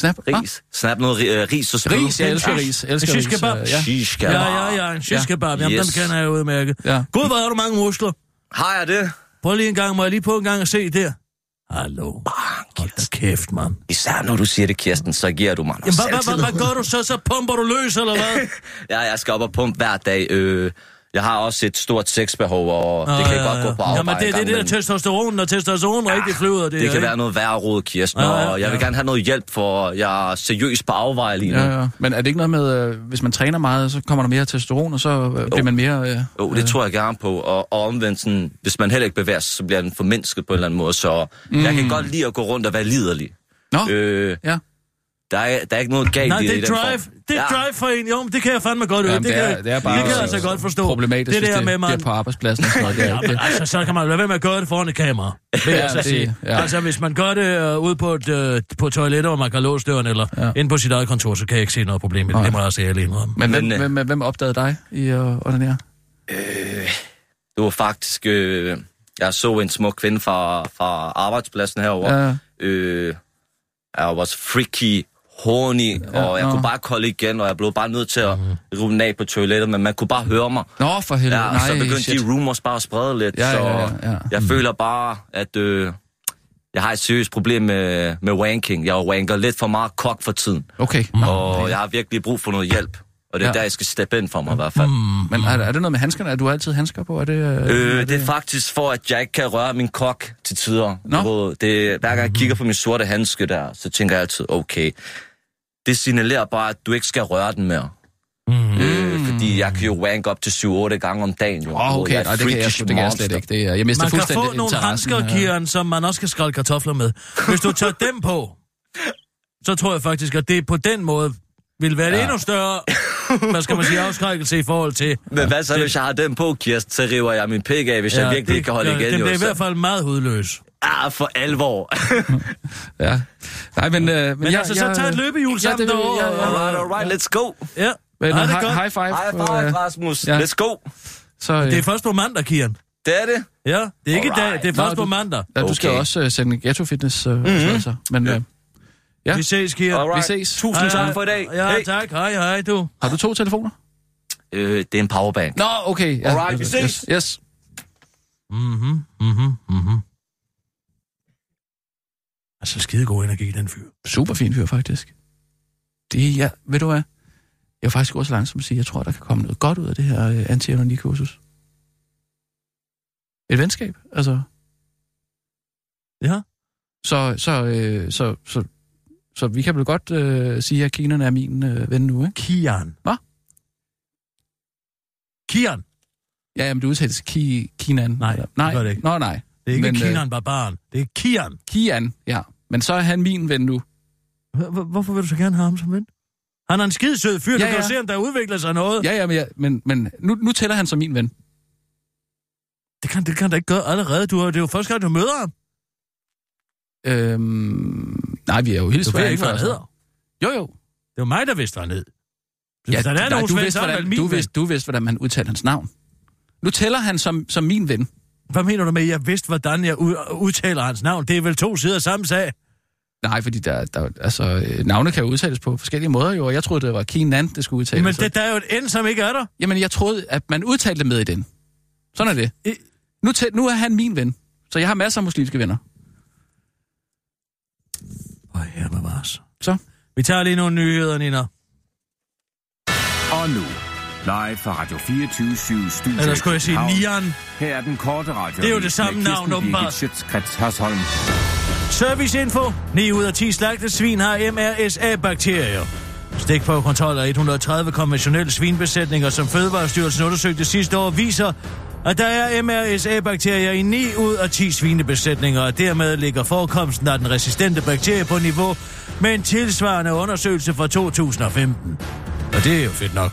[SPEAKER 8] Snap?
[SPEAKER 11] ris. Snap noget ri- øh, ris og
[SPEAKER 8] Ah,
[SPEAKER 11] spyd.
[SPEAKER 8] ris, jeg elsker
[SPEAKER 11] Ja.
[SPEAKER 8] ris. Jeg elsker
[SPEAKER 3] Jeg
[SPEAKER 8] ris.
[SPEAKER 3] synes, kebab.
[SPEAKER 8] øh,
[SPEAKER 11] Ja.
[SPEAKER 8] Ja.
[SPEAKER 11] Sheesh,
[SPEAKER 3] Ja, ja, ja, en shish kebab. Jamen, yes.
[SPEAKER 11] Yes.
[SPEAKER 3] dem kender jeg jo udmærket.
[SPEAKER 8] Ja.
[SPEAKER 3] Gud, hvor har du mange muskler.
[SPEAKER 11] Har jeg det?
[SPEAKER 3] Prøv lige en gang, må jeg lige på en gang at se der? Hallo. Hold da kæft, mand.
[SPEAKER 11] Især når du siger det, Kirsten, så giver du mig noget
[SPEAKER 3] Jamen, hvad, hvad, hvad,
[SPEAKER 11] selvtillid.
[SPEAKER 3] hvad gør du så? Så pumper du løs, eller hvad?
[SPEAKER 11] Ja, jeg skal op og pumpe hver dag. Øh, jeg har også et stort sexbehov, og det kan
[SPEAKER 3] Nå,
[SPEAKER 11] godt gå på arbejde
[SPEAKER 3] Ah, Jamen, det, det er
[SPEAKER 11] en gang
[SPEAKER 3] det der
[SPEAKER 11] imellem.
[SPEAKER 3] testosteron, når testosteron rigtig flyver. Det,
[SPEAKER 11] Det
[SPEAKER 3] ikke? Ah,
[SPEAKER 11] kan være noget værre råd, Kirsten,
[SPEAKER 3] Ja, ja,
[SPEAKER 11] og jeg vil
[SPEAKER 3] ja.
[SPEAKER 11] gerne have noget hjælp, for jeg er seriøst på afveje lige nu.
[SPEAKER 8] Ja, ja. Men er det ikke noget med, øh, hvis man træner meget, så kommer der mere testosteron, og så øh, bliver man mere... Øh,
[SPEAKER 11] Jo, det tror jeg gerne på, og, og omvendt sådan, hvis man heller ikke bevæger sig, så bliver den formindsket på en eller anden måde, så mm. jeg kan godt lide at gå rundt og være liderlig.
[SPEAKER 8] Nå, øh,
[SPEAKER 11] Øh,
[SPEAKER 8] ja.
[SPEAKER 11] der, er, der er ikke noget galt
[SPEAKER 3] Nej,
[SPEAKER 11] i,
[SPEAKER 3] det
[SPEAKER 11] i
[SPEAKER 3] er
[SPEAKER 11] den
[SPEAKER 3] drive.
[SPEAKER 11] form.
[SPEAKER 3] Det er
[SPEAKER 11] ja.
[SPEAKER 3] drive for en. Jo, men det kan jeg fandme godt ud.
[SPEAKER 8] Jamen,
[SPEAKER 3] det,
[SPEAKER 8] det er-
[SPEAKER 3] kan,
[SPEAKER 8] det er bare
[SPEAKER 3] det kan jeg
[SPEAKER 8] så
[SPEAKER 3] altså godt forstå.
[SPEAKER 8] problematisk,
[SPEAKER 3] det der
[SPEAKER 8] det,
[SPEAKER 3] med, man...
[SPEAKER 8] bliver på arbejdspladsen og sådan noget. Det, er, det,
[SPEAKER 3] Altså, så kan man lade være med at gøre det foran et kamera. Vil jeg
[SPEAKER 8] Ja,
[SPEAKER 3] så
[SPEAKER 8] det-
[SPEAKER 3] sige.
[SPEAKER 8] ja.
[SPEAKER 3] Altså, hvis man gør det øh, ude på, et, øh, på toilettet, hvor man kan låse døren, eller ja.
[SPEAKER 8] Ja.
[SPEAKER 3] inde på sit eget kontor, så kan jeg ikke se noget problem i det. Det må jeg også ærligt indrømme.
[SPEAKER 8] men
[SPEAKER 11] Men, øh,
[SPEAKER 8] hvem, hvem, hvem opdagede dig i øh, under her?
[SPEAKER 11] Det var faktisk, øh, jeg så en smuk kvinde fra, fra arbejdspladsen herovre.
[SPEAKER 8] Ja.
[SPEAKER 11] Øh, jeg var så freaky, horny, ja, og jeg
[SPEAKER 8] nå.
[SPEAKER 11] kunne bare kolde igen, og jeg blev bare nødt til at
[SPEAKER 3] Mhm.
[SPEAKER 11] rive den af på toilettet, men man kunne bare høre mig.
[SPEAKER 8] Nå, for helvede.
[SPEAKER 11] Ja, og
[SPEAKER 8] Nej,
[SPEAKER 11] så begyndte
[SPEAKER 8] shit.
[SPEAKER 11] de rumors bare at sprede lidt,
[SPEAKER 8] Ja,
[SPEAKER 11] så
[SPEAKER 8] ja, ja, ja.
[SPEAKER 11] jeg
[SPEAKER 8] Mm.
[SPEAKER 11] føler bare, at øh, jeg har et seriøst problem med, med wanking. Jeg wanker lidt for meget kok for tiden,
[SPEAKER 8] Okay.
[SPEAKER 11] og jeg har virkelig brug for noget hjælp. Og det er ja.
[SPEAKER 8] Ja. Mm.
[SPEAKER 11] der, jeg skal steppe ind for mig i hvert fald.
[SPEAKER 8] Men er, er det noget med handskerne? Er du altid handsker på? Er det,
[SPEAKER 11] Øh, det er faktisk for, at jeg ikke kan røre min kok til tider.
[SPEAKER 8] Nå. Mhm.
[SPEAKER 11] Hvor Det, hver gang jeg kigger på min sorte handske der, så tænker jeg altid, okay, det signalerer bare, at du ikke skal røre den mere.
[SPEAKER 8] Mhm.
[SPEAKER 11] Mm. Øh, fordi jeg kan jo wank op til 7-8 gange om dagen. Jo.
[SPEAKER 8] Åh,
[SPEAKER 11] Hvor
[SPEAKER 8] okay,
[SPEAKER 11] jeg er et
[SPEAKER 8] nej, det kan jeg,
[SPEAKER 11] freakish
[SPEAKER 8] slet- det kan jeg
[SPEAKER 11] monster.
[SPEAKER 8] slet ikke. Det er, jeg mister
[SPEAKER 3] Man kan
[SPEAKER 8] fuldstændig
[SPEAKER 3] få nogle
[SPEAKER 8] interessen,
[SPEAKER 3] handsker,
[SPEAKER 8] øh.
[SPEAKER 3] Kieran, som man også kan skrælle kartofler med. Hvis du tager dem på, så tror jeg faktisk, at det på den måde vil være ja. endnu større, hvad skal man sige, afskrækkelse i forhold til...
[SPEAKER 11] Men hvad så, hvis jeg har den på, Kirsten, så river jeg min pik af, hvis ja, jeg virkelig ikke kan holde
[SPEAKER 3] det,
[SPEAKER 11] igen.
[SPEAKER 3] Den
[SPEAKER 11] jo,
[SPEAKER 3] bliver i
[SPEAKER 11] så-
[SPEAKER 3] hvert fald meget hudløs.
[SPEAKER 11] Ah, for alvor.
[SPEAKER 8] Ja. Nej, men... Øh, men,
[SPEAKER 3] Men altså, så tag et løbehjul sammen
[SPEAKER 8] det vil-
[SPEAKER 3] derovre,
[SPEAKER 8] ja, ja,
[SPEAKER 3] og-
[SPEAKER 11] Alright, alright, let's go.
[SPEAKER 3] Ja,
[SPEAKER 8] Men,
[SPEAKER 3] Nej, det er
[SPEAKER 8] hi-
[SPEAKER 3] godt.
[SPEAKER 8] high five.
[SPEAKER 11] High
[SPEAKER 8] øh,
[SPEAKER 11] five, Rasmus.
[SPEAKER 8] ja.
[SPEAKER 11] Let's go.
[SPEAKER 8] så, øh,
[SPEAKER 3] Det er først på mandag, Kieran.
[SPEAKER 11] Det er det.
[SPEAKER 3] Ja, det er ikke i dag,
[SPEAKER 11] Alright.
[SPEAKER 3] det er først
[SPEAKER 8] Nå,
[SPEAKER 3] på
[SPEAKER 8] du-
[SPEAKER 3] mandag.
[SPEAKER 8] ja, du skal
[SPEAKER 11] okay. Mhm.
[SPEAKER 8] også øh, sende ghetto fitness. Øh, mm-hmm. så, men øh, Ja.
[SPEAKER 3] Vi ses, Kieran.
[SPEAKER 11] Alright.
[SPEAKER 8] ses.
[SPEAKER 11] Tusind tak for i dag.
[SPEAKER 3] Ja,
[SPEAKER 11] Hey.
[SPEAKER 3] tak. Hej, hej, du.
[SPEAKER 8] har du to telefoner?
[SPEAKER 11] Øh, det er en powerbank.
[SPEAKER 8] Nå, okay. Ja,
[SPEAKER 11] Alright, vi
[SPEAKER 8] yes,
[SPEAKER 11] ses.
[SPEAKER 8] Yes. yes.
[SPEAKER 3] Mhm, mhm, mhm. Altså, skidegod energi, den fyr.
[SPEAKER 8] Super fin fyr, faktisk. Det, ja, ved du hvad? Jeg er faktisk også langsom at sige, jeg tror, der kan komme noget godt ud af det her øh, anti kursus Et venskab, altså.
[SPEAKER 3] Ja.
[SPEAKER 8] Så, så, øh, så, så Så vi kan vel godt øh, sige, at Kian er min øh, ven nu, ikke?
[SPEAKER 3] Kian?
[SPEAKER 8] Hvad?
[SPEAKER 3] Kian?
[SPEAKER 8] Ja, men det udtales Ki Kinan.
[SPEAKER 3] Nej,
[SPEAKER 8] eller- nej.
[SPEAKER 3] det gør det ikke.
[SPEAKER 8] Nå, nej.
[SPEAKER 3] Det er ikke
[SPEAKER 8] Men, øh,
[SPEAKER 3] Kinan Barbaren. Det er Kian.
[SPEAKER 8] Kian, ja. Men så er han min ven nu.
[SPEAKER 3] Hvorfor vil du så gerne have ham som ven? Han er en skidesød fyr, ja,
[SPEAKER 8] Ja,
[SPEAKER 3] du kan
[SPEAKER 8] ja.
[SPEAKER 3] jo se, om der udvikler sig noget.
[SPEAKER 8] Ja, ja, men, ja, men, men nu, nu tæller han som min ven.
[SPEAKER 3] Det kan, det kan da ikke gøre allerede. Du, har- det er jo første gang, du møder ham.
[SPEAKER 8] Øhm, nej, vi er jo
[SPEAKER 3] Du
[SPEAKER 8] hilst
[SPEAKER 3] ved
[SPEAKER 8] hverandre
[SPEAKER 3] ikke, hvad han
[SPEAKER 8] og sådan.
[SPEAKER 3] hedder.
[SPEAKER 8] Jo, jo.
[SPEAKER 3] Det var mig, der vidste, hvad han hed. Så hvis der er nogen
[SPEAKER 8] du,
[SPEAKER 3] Svend, så
[SPEAKER 8] vidste,
[SPEAKER 3] er det
[SPEAKER 8] hvordan,
[SPEAKER 3] min
[SPEAKER 8] du,
[SPEAKER 3] ven.
[SPEAKER 8] vidste, du vidste, hvordan man udtalte hans navn. Nu tæller han som, som min ven.
[SPEAKER 3] Hvad mener du med, at jeg vidste, hvordan jeg u- udtaler hans navn? Det er vel to sider af samme sag.
[SPEAKER 8] Nej, fordi der, der, altså, øh, navne kan jo udtales på forskellige måder jo, og jeg troede, det var Kinan, det skulle udtales.
[SPEAKER 3] Men
[SPEAKER 8] Så-
[SPEAKER 3] det, der er jo et end, som ikke er der.
[SPEAKER 8] Jamen, jeg troede, at man udtalte det med i den. Sådan er det.
[SPEAKER 3] I-
[SPEAKER 8] Nu, tæ, nu er han min ven, så jeg har masser af muslimske venner.
[SPEAKER 3] Åh, her bevares.
[SPEAKER 8] Så.
[SPEAKER 3] Vi tager lige nogle nyheder, Nina.
[SPEAKER 10] Og nu, live fra Radio 24 Studio
[SPEAKER 3] Eller skulle jeg sige
[SPEAKER 10] København.
[SPEAKER 3] Nian?
[SPEAKER 10] Her er den korte radio.
[SPEAKER 3] Det er jo det samme navn, åbenbart.
[SPEAKER 10] Sjøtskrets Hasholm.
[SPEAKER 3] Serviceinfo. 9 ud af 10 slagtede svin har MRSA-bakterier. Stikprøvekontrol af 130 konventionelle svinbesætninger, som Fødevarestyrelsen undersøgte sidste år, viser, at der er MRSA-bakterier i 9 ud af 10 svinebesætninger, og dermed ligger forekomsten af den resistente bakterie på niveau med en tilsvarende undersøgelse fra 2015. Og det er jo fedt nok.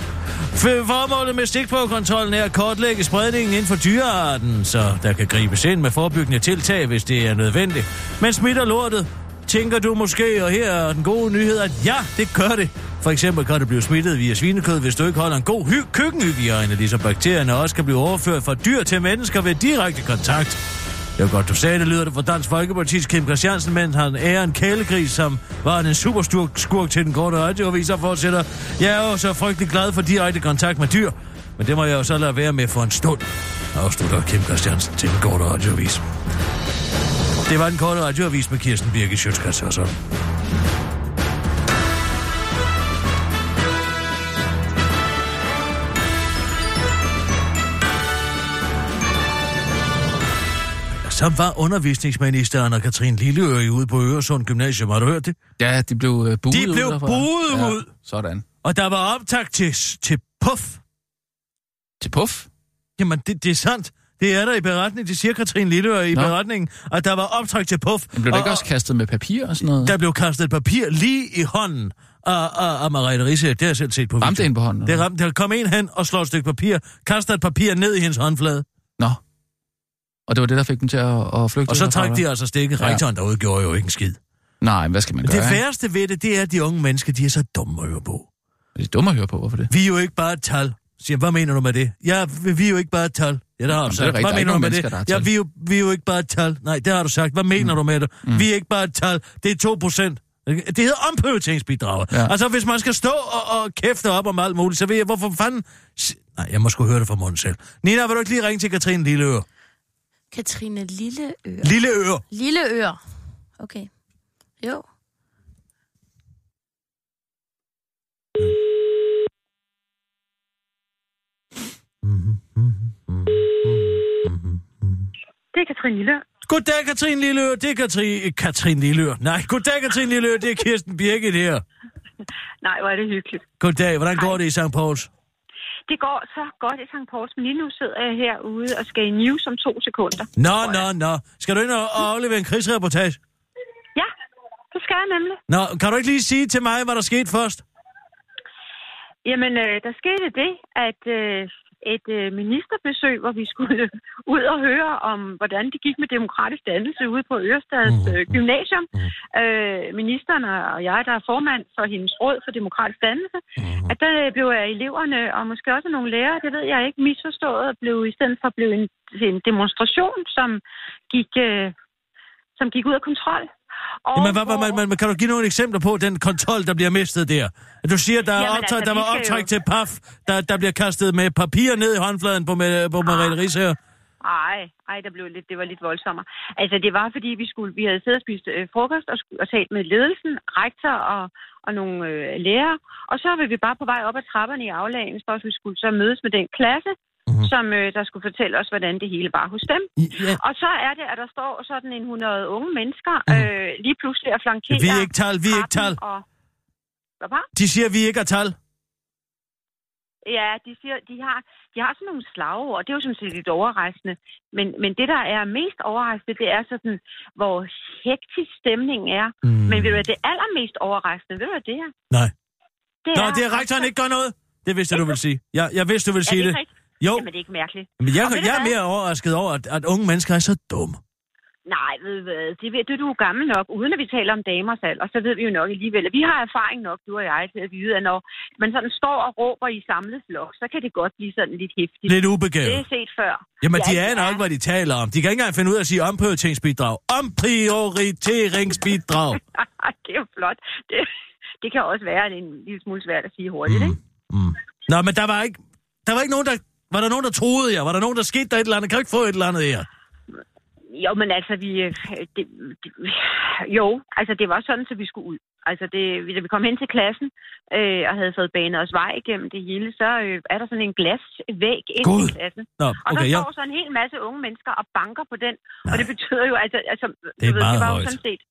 [SPEAKER 3] For- Formålet med stikprøvekontrollen er at kortlægge spredningen inden for dyrearten, så der kan gribes ind med forebyggende tiltag, hvis det er nødvendigt. Men smitter lortet, tænker du måske, og her er den gode nyhed, at ja, det gør det. For eksempel kan det blive smittet via svinekød, hvis du ikke holder en god hy- køkkenhygiejne, ligesom bakterierne også kan blive overført fra dyr til mennesker ved direkte kontakt. Det var godt, du sagde det, lyder det fra Dansk Folkeparti's Kim Christiansen, mens han ærer en kælegris, som var en superskurk skurk til den korte radioavis og fortsætter. Jeg er jo så frygtelig glad for direkte kontakt med dyr, men det må jeg jo så lade være med for en stund, afslutter Kim Christiansen til den korte radioavis. Det var den korte radioavis med Kirsten Birke Sjøtskrets og sådan. Så var undervisningsministeren og Katrin Lilleøje ude på Øresund Gymnasium. Har du hørt det?
[SPEAKER 8] Ja, de blev øh, buet
[SPEAKER 3] De blev
[SPEAKER 8] ud derfra.
[SPEAKER 3] buet
[SPEAKER 8] ja,
[SPEAKER 3] ud.
[SPEAKER 8] Sådan.
[SPEAKER 3] Og der var optag til, til puff.
[SPEAKER 8] Til puff?
[SPEAKER 3] Jamen, det, det er sandt. Det er der i beretningen. Det siger Katrin Lilleøje i
[SPEAKER 8] Nå.
[SPEAKER 3] beretningen, at der var optag til puff.
[SPEAKER 8] Men Blev der
[SPEAKER 3] og,
[SPEAKER 8] ikke også kastet med papir og sådan noget?
[SPEAKER 3] Der blev kastet et papir lige i hånden af, af, af Mariette Risse. Det har jeg selv set på
[SPEAKER 8] Ramte en på hånden?
[SPEAKER 3] Det ramte, der kom en hen og slår et stykke papir, kaster et papir ned i hendes håndflade,
[SPEAKER 8] Nå. Og det var det, der fik dem til at, at flygte?
[SPEAKER 3] og så
[SPEAKER 8] derfra,
[SPEAKER 3] trak
[SPEAKER 8] hva'?
[SPEAKER 3] de altså stikket.
[SPEAKER 8] Ja.
[SPEAKER 3] Rektoren derude gjorde jo ikke en skid.
[SPEAKER 8] Nej, men hvad skal man
[SPEAKER 3] Men
[SPEAKER 8] gøre?
[SPEAKER 3] det
[SPEAKER 8] ikke?
[SPEAKER 3] værste ved det, det er, at de unge mennesker, de er så dumme at høre på.
[SPEAKER 8] Det er dumt at høre på, hvorfor det?
[SPEAKER 3] Vi er jo ikke bare et tal. Siger, hvad mener du med det? Ja, vi vi er jo ikke bare et tal. Ja, det har du
[SPEAKER 8] det er
[SPEAKER 3] sagt.
[SPEAKER 8] rigtigt.
[SPEAKER 3] Hvad
[SPEAKER 8] Der er ikke
[SPEAKER 3] mener du
[SPEAKER 8] nogen
[SPEAKER 3] med
[SPEAKER 8] mennesker, der er
[SPEAKER 3] det? Ja,
[SPEAKER 8] et tal. Mm.
[SPEAKER 3] vi er, jo, vi er jo ikke bare et tal. Nej, det har du sagt. Hvad mener du med det? Vi er ikke bare et tal. Det er 2 procent. Det hedder omprioriteringsbidrag. Ja.
[SPEAKER 8] Ja.
[SPEAKER 3] Altså, hvis man skal stå og, og kæfte op om alt muligt, så ved jeg, hvorfor fanden... S- Nej, jeg må sgu høre det fra munden selv. Nina, vil du ikke lige ringe til Katrine Lilleøre?
[SPEAKER 9] Katrine Lilleør.
[SPEAKER 3] Lilleøre!
[SPEAKER 9] Lilleør. Okay. Jo.
[SPEAKER 12] Det er Katrine Lille.
[SPEAKER 3] Goddag, Katrine Lilleøre. Det er Katrine, Katrine Lilleøre. Nej, goddag, Katrine Lilleøre. Det er Kirsten Birgit her.
[SPEAKER 12] Nej, hvor er det hyggeligt.
[SPEAKER 3] Goddag. Hvordan går det i St. Pauls?
[SPEAKER 12] Det går så godt i St. Pauls, men lige nu sidder jeg herude og skal i news om to sekunder.
[SPEAKER 3] Nå, nå, nå. Skal du ind og og aflevere en krigsreportage?
[SPEAKER 12] Ja, det skal jeg nemlig.
[SPEAKER 3] Nå, kan du ikke lige sige til mig, hvad der skete først?
[SPEAKER 12] Jamen, øh, der skete det, at øh, et øh, ministerbesøg, hvor vi skulle ud og høre om, hvordan det gik med demokratisk dannelse ude på Ørestads
[SPEAKER 3] Mhm.
[SPEAKER 12] øh, Gymnasium. Øh, ministeren og jeg, der er formand for hendes råd for demokratisk dannelse,
[SPEAKER 3] Mhm.
[SPEAKER 12] at der øh, blev af eleverne, og måske også nogle lærere, det ved jeg ikke, misforstået, og blev i stedet for blev en, til en demonstration, som gik, øh, som gik ud af kontrol. Og
[SPEAKER 3] Jamen, hvad, hvad,
[SPEAKER 12] hvor-
[SPEAKER 3] man, man, kan du give nogle eksempler på den kontrol, der bliver mistet der? Du siger, der, er
[SPEAKER 12] Jamen, altså,
[SPEAKER 3] optag, der
[SPEAKER 12] vi
[SPEAKER 3] var
[SPEAKER 12] skal
[SPEAKER 3] optræk
[SPEAKER 12] jo-
[SPEAKER 3] til PAF, der, der bliver kastet med papir ned i håndfladen på, med, på Mariette Ries her.
[SPEAKER 12] Ej, ej, der blev lidt, det var lidt voldsommere. Altså, det var, fordi vi, skulle, vi havde siddet og spist øh, frokost og, skulle- og talt med ledelsen, rektor og, og nogle øh, lærere. Og så var vi bare på vej op ad trapperne i aflagen, for at vi skulle så mødes med den klasse,
[SPEAKER 3] Mhm.
[SPEAKER 12] mm-hmm. som øh, der skulle fortælle os, hvordan det hele var hos dem.
[SPEAKER 3] Ja.
[SPEAKER 12] Og så er det, at der står sådan en 100 unge mennesker øh, lige pludselig og flankerer...
[SPEAKER 3] Mhm. Vi er ikke tal, vi er ikke
[SPEAKER 12] retten
[SPEAKER 3] tal.
[SPEAKER 12] Og... Hvad var?
[SPEAKER 3] De siger, vi ikke har tal.
[SPEAKER 12] Ja, de siger, de har, de har sådan nogle slagord, og det er jo sådan set lidt overraskende. Men, men det, der er mest overraskende, det er sådan, hvor hektisk stemningen er. Mm. Men ved du hvad, det allermest overraskende, ved du hvad det er?
[SPEAKER 3] Nej.
[SPEAKER 12] Det
[SPEAKER 3] Nå, det er rektoren ikke gør noget. Det vidste jeg, du ville sige. Jeg, jeg vidste, du ville sige
[SPEAKER 12] er
[SPEAKER 3] det.
[SPEAKER 12] ikke rigtigt?
[SPEAKER 3] Jo.
[SPEAKER 12] Jamen, det er ikke mærkeligt.
[SPEAKER 3] Men jeg,
[SPEAKER 12] Og ved du
[SPEAKER 3] jeg er
[SPEAKER 12] hvad?
[SPEAKER 3] mere overrasket over, at, at unge mennesker er så dumme.
[SPEAKER 12] Nej, ved du hvad, det ved du, du er gammel nok, uden at vi taler om damers alder, så ved vi jo nok alligevel, at vi har erfaring nok, du og jeg, til at vide, at når man sådan står og råber i samlet flok, så kan det godt blive sådan lidt hæftigt.
[SPEAKER 3] Lidt ubegavet.
[SPEAKER 12] Det er set før.
[SPEAKER 3] Jamen, de aner ikke, hvad de taler om. De kan ikke engang finde ud af at sige omprioriteringsbidrag. Omprioriteringsbidrag.
[SPEAKER 12] det er jo flot. Det, det kan også være en lille smule svært at sige hurtigt, mm. ikke?
[SPEAKER 3] Nå, men der var ikke, der var ikke nogen, der... Var der nogen, der troede jer? Var der nogen, der skete der et eller andet? Kan du ikke få et eller andet her?
[SPEAKER 12] Jo, men altså, vi... øh, Det, det, jo, altså, det var sådan, så vi skulle ud. Altså, det, da vi kom hen til klassen øh, og havde fået banet os vej igennem det hele, så øh, er der sådan en glasvæg ind
[SPEAKER 3] Gud.
[SPEAKER 12] i klassen.
[SPEAKER 3] Nå,
[SPEAKER 12] Og
[SPEAKER 3] okay,
[SPEAKER 12] der
[SPEAKER 3] ja.
[SPEAKER 12] står så en hel masse unge mennesker og banker på den. Nej. Og det betyder jo, altså, altså
[SPEAKER 3] Det er meget
[SPEAKER 12] det var
[SPEAKER 3] højt.
[SPEAKER 12] jo sådan set...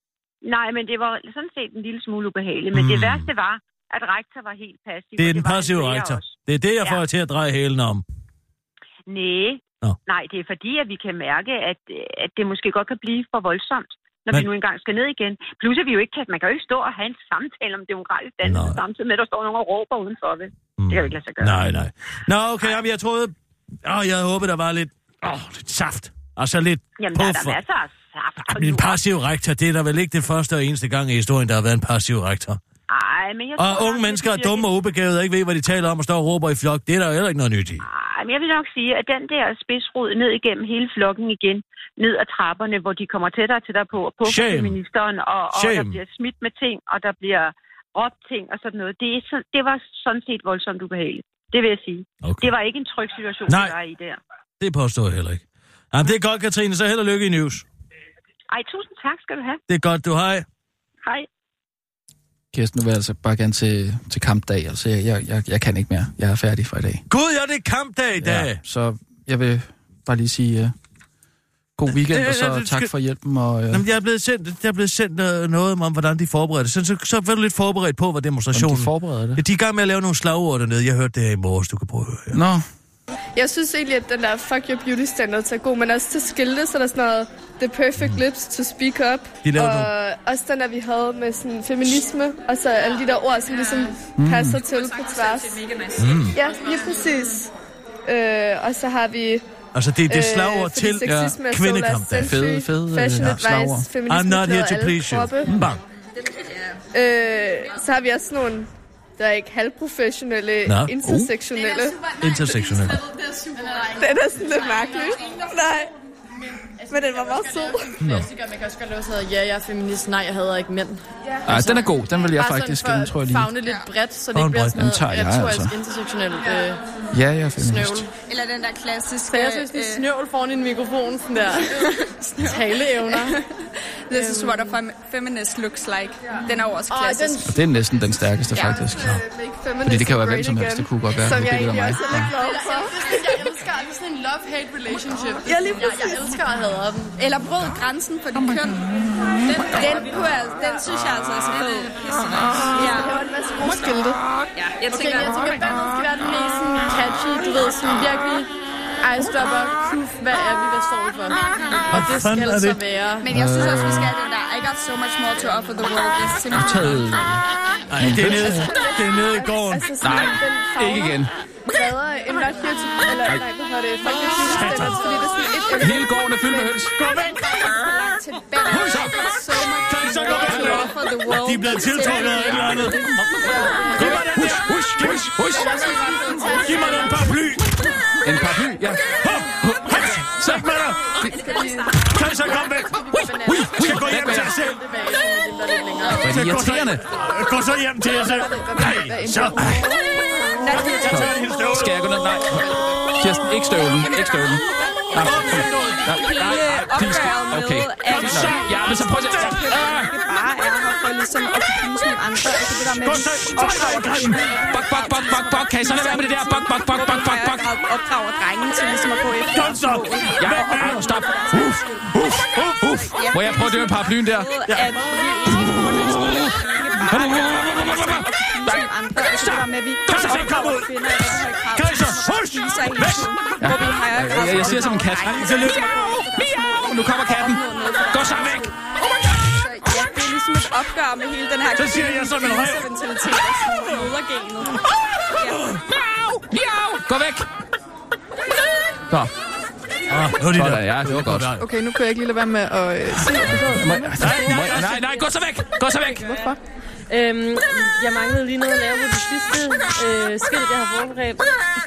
[SPEAKER 12] Nej, men det var sådan set en lille smule ubehageligt. Men mm. det
[SPEAKER 3] Mm.
[SPEAKER 12] værste var, at rektor var helt passiv.
[SPEAKER 3] Det er
[SPEAKER 12] og
[SPEAKER 3] den
[SPEAKER 12] var hans
[SPEAKER 3] passive
[SPEAKER 12] lærer
[SPEAKER 3] rektor.
[SPEAKER 12] også.
[SPEAKER 3] Det er det, jeg får
[SPEAKER 12] Ja.
[SPEAKER 3] jer til at dreje hælen om.
[SPEAKER 12] Nej.
[SPEAKER 3] Nå.
[SPEAKER 12] Nej, det er fordi, at vi kan mærke, at, øh, at det måske godt kan blive for voldsomt, når Men... vi
[SPEAKER 3] Men-
[SPEAKER 12] nu engang skal ned igen. Plus, at vi jo ikke kan, man kan jo ikke stå og have en samtale om demokratisk dannelse, samtidig med, at der står nogen og råber udenfor. Vel? Mm. Det kan vi ikke lade sig gøre.
[SPEAKER 3] Hmm. Nej, nej. Nå, okay, jamen, jeg troede... Åh, jeg havde håbet, der var lidt... Åh, lidt saft. Altså lidt
[SPEAKER 12] Jamen, der er
[SPEAKER 3] puffer.
[SPEAKER 12] der masser af saft. og
[SPEAKER 3] Jamen, en
[SPEAKER 12] jord.
[SPEAKER 3] passiv rektor, det er der vel ikke den første og eneste gang i historien, der har været en passiv rektor.
[SPEAKER 12] Ej, men jeg
[SPEAKER 3] Og
[SPEAKER 12] tror nok,
[SPEAKER 3] unge mennesker er
[SPEAKER 12] jeg vil
[SPEAKER 3] dumme og ubegavede og ikke ved, hvad de taler om og står og råber i flok. Det er der jo heller ikke noget nyt i.
[SPEAKER 12] sige- Ej, men jeg vil nok sige, at den der spidsrod ned igennem hele flokken igen, ned ad trapperne, hvor de kommer tættere og tættere på, og på
[SPEAKER 3] Shame.
[SPEAKER 12] ministeren, og, og der
[SPEAKER 3] Shame.
[SPEAKER 12] bliver smidt med ting, og der bliver råbt ting og sådan noget. Det, er så, det var sådan set voldsomt ubehageligt. Det vil jeg sige.
[SPEAKER 3] Okay.
[SPEAKER 12] Det var ikke en tryg situation,
[SPEAKER 3] Nej.
[SPEAKER 12] der var i der.
[SPEAKER 3] Det påstår jeg heller ikke. Jamen, det er godt, Katrine. Så held og lykke i news.
[SPEAKER 12] Ej, tusind tak skal du have.
[SPEAKER 3] Det er godt, du har.
[SPEAKER 12] Hej.
[SPEAKER 8] Kirsten, nu vil jeg altså bare gerne til, til kampdag. Altså, jeg, jeg, jeg, jeg kan ikke mere. Jeg er færdig for i dag.
[SPEAKER 3] Gud, ja, det er kampdag i dag. Ja.
[SPEAKER 8] Så jeg vil bare lige sige uh, god weekend,
[SPEAKER 3] Øh,
[SPEAKER 8] og
[SPEAKER 3] øh,
[SPEAKER 8] så
[SPEAKER 3] du
[SPEAKER 8] tak
[SPEAKER 3] skal-
[SPEAKER 8] for hjælpen. Og, uh,
[SPEAKER 3] Jamen, jeg er blevet sendt, der er blevet sendt øh, noget om, hvordan de forbereder det. Så, så, så var du lidt forberedt på, hvad demonstrationen...
[SPEAKER 8] Om de forbereder det?
[SPEAKER 3] Ja, de er i gang med at lave nogle slagord dernede. Jeg hørte det her i morges, du kan prøve at høre.
[SPEAKER 8] Nå,
[SPEAKER 13] Jeg synes egentlig, at den der fuck your beauty standard er god, men også til skilte, så er der sådan noget the perfect lips to speak up.
[SPEAKER 3] De lavede
[SPEAKER 13] og også den der, vi havde med sådan feminisme, og så alle de der ord, som ligesom
[SPEAKER 14] Mm.
[SPEAKER 13] passer til på tværs.
[SPEAKER 3] Mm.
[SPEAKER 13] Ja, lige præcis. Øh, og så har vi... øh,
[SPEAKER 3] Altså, det, det er slagord
[SPEAKER 13] fordi
[SPEAKER 3] til
[SPEAKER 13] sexisme er
[SPEAKER 3] kvindekamp.
[SPEAKER 13] solas century, Fashion advice, feminisme,
[SPEAKER 3] øh, I'm not here
[SPEAKER 13] klæder
[SPEAKER 3] to
[SPEAKER 13] alle
[SPEAKER 3] please you.
[SPEAKER 13] kroppe.
[SPEAKER 3] Bang.
[SPEAKER 13] Øh, så har vi også nogle, der er ikke halvprofessionelle,
[SPEAKER 3] Nå. Uh.
[SPEAKER 13] intersektionelle. Øh.
[SPEAKER 3] Intersektionel.
[SPEAKER 13] Den er sådan lidt mærkelig. Nej. Men den var meget sød.
[SPEAKER 14] No. Man kan også godt lave sådan noget, ja, jeg er feminist, nej, jeg hader ikke mænd. Ja,
[SPEAKER 8] Ej, den er god. Den vil
[SPEAKER 12] Altså,
[SPEAKER 8] jeg faktisk-
[SPEAKER 14] Bare
[SPEAKER 8] den tror jeg lige-
[SPEAKER 14] for at fagne lidt bredt, så det
[SPEAKER 8] Favne
[SPEAKER 14] ikke bliver
[SPEAKER 8] bredt.
[SPEAKER 14] sådan
[SPEAKER 8] Den
[SPEAKER 14] noget
[SPEAKER 8] tager jeg,
[SPEAKER 14] retorisk,
[SPEAKER 8] altså.
[SPEAKER 14] intersektionel øh,
[SPEAKER 8] ja, jeg er
[SPEAKER 14] snøvl.
[SPEAKER 8] feminist.
[SPEAKER 14] Eller den der klassiske... Så jeg synes, det
[SPEAKER 15] øh,
[SPEAKER 14] er snøvl foran en mikrofon, sådan der taleevner. Øhm.
[SPEAKER 15] This is what a fem- feminist looks like. Den er jo også
[SPEAKER 13] Åh,
[SPEAKER 15] klassisk.
[SPEAKER 8] Og det er næsten den stærkeste,
[SPEAKER 15] Ja.
[SPEAKER 8] faktisk.
[SPEAKER 14] Øh,
[SPEAKER 13] Ja.
[SPEAKER 8] Fordi det kan jo være hvem som helst. Det kunne godt være,
[SPEAKER 13] Som
[SPEAKER 8] at
[SPEAKER 13] jeg
[SPEAKER 8] det var
[SPEAKER 13] egentlig
[SPEAKER 8] mig.
[SPEAKER 13] også er lidt glad for.
[SPEAKER 14] Jeg elsker det er sådan en love-hate relationship.
[SPEAKER 15] Ja, lige
[SPEAKER 14] jeg, jeg elsker at have dem.
[SPEAKER 15] Eller brød grænsen for
[SPEAKER 8] Oh
[SPEAKER 15] dit køn. Den, den, kunne altså, den synes jeg altså
[SPEAKER 14] Ah.
[SPEAKER 15] også er fed. Ja. Ja, Oh jeg
[SPEAKER 14] Okay,
[SPEAKER 15] tænker,
[SPEAKER 14] jeg tænker, bandet skal være den mest sådan, catchy, du ved, sådan virkelig eyestopper, kuf, hvad er vi, hvad står vi for? Og det
[SPEAKER 15] fanden
[SPEAKER 14] skal
[SPEAKER 15] er
[SPEAKER 14] så
[SPEAKER 15] det?
[SPEAKER 14] være.
[SPEAKER 15] Men jeg synes også, vi skal have den der. I got so much more to offer the world. Det er simpelthen...
[SPEAKER 3] Ej, det er nede, det er nede i gården.
[SPEAKER 12] Altså,
[SPEAKER 13] Nej,
[SPEAKER 8] ikke igen.
[SPEAKER 13] Bedre end not here to... Eller nej, hvad hedder det? Fuck your beauty standards, fordi det er sådan et... et-
[SPEAKER 8] Hele gården er fyldt med høns. Gå væk!
[SPEAKER 15] So much more to offer the world.
[SPEAKER 3] De er blevet tiltrukket af et eller andet. Giv mig den der.
[SPEAKER 8] Husk, husk.
[SPEAKER 3] Giv mig den paraply.
[SPEAKER 8] En paraply, ja.
[SPEAKER 3] Sæt med dig. Tag så kom væk. Du skal gå hjem til jer selv.
[SPEAKER 8] Det er irriterende.
[SPEAKER 3] Gå så hjem til jer selv. Nej, så.
[SPEAKER 8] Skal jeg gå ned? Nej. Kirsten, ikke støvlen. Ikke støvlen. Nej, kom.
[SPEAKER 15] hele opgøret med,
[SPEAKER 13] Okay.
[SPEAKER 15] at...
[SPEAKER 13] Kom så, ja, men så prøv at-
[SPEAKER 15] at det bare er her for ligesom at kunne vise nogle andre. Altså det der med...
[SPEAKER 13] Gå så, så er der overdreven. Bok, bok, bok, bok, bok. Kan I så lade være med det der? Bok, bok, bok, bok, bok, bok.
[SPEAKER 15] Opdrager drengen til ligesom at gå efter...
[SPEAKER 13] Kom så. Ja, og- og- stop. Uff, uff, uff, uff. Må jeg prøve at døbe paraplyen der?
[SPEAKER 15] Ja. At vi ligesom nogle andre. Altså det der med, at vi
[SPEAKER 13] Kom så, kom ud.
[SPEAKER 15] kvinder i den her krav. Kaiser, husk! Hvor vi har...
[SPEAKER 13] Jeg, jeg, jeg siger som en kat. Så løb. Miau! Nu kommer katten. Gå så væk.
[SPEAKER 15] Ja, det er ligesom et opgør med hele den her...
[SPEAKER 13] Så siger jeg som en ræv.
[SPEAKER 15] ...mentalitet og sådan modergenet.
[SPEAKER 13] Gå væk. Så.
[SPEAKER 8] Ah, hør de der.
[SPEAKER 13] Sådan, ja, det var godt.
[SPEAKER 7] Okay, nu kan jeg ikke lige lade være med at øh, se på
[SPEAKER 13] Må- Nej, nej, nej, nej, gå så væk. Gå så væk.
[SPEAKER 7] Hvorfor? Øhm, jeg manglede lige noget at lave på det sidste øh, skilt, jeg har forberedt.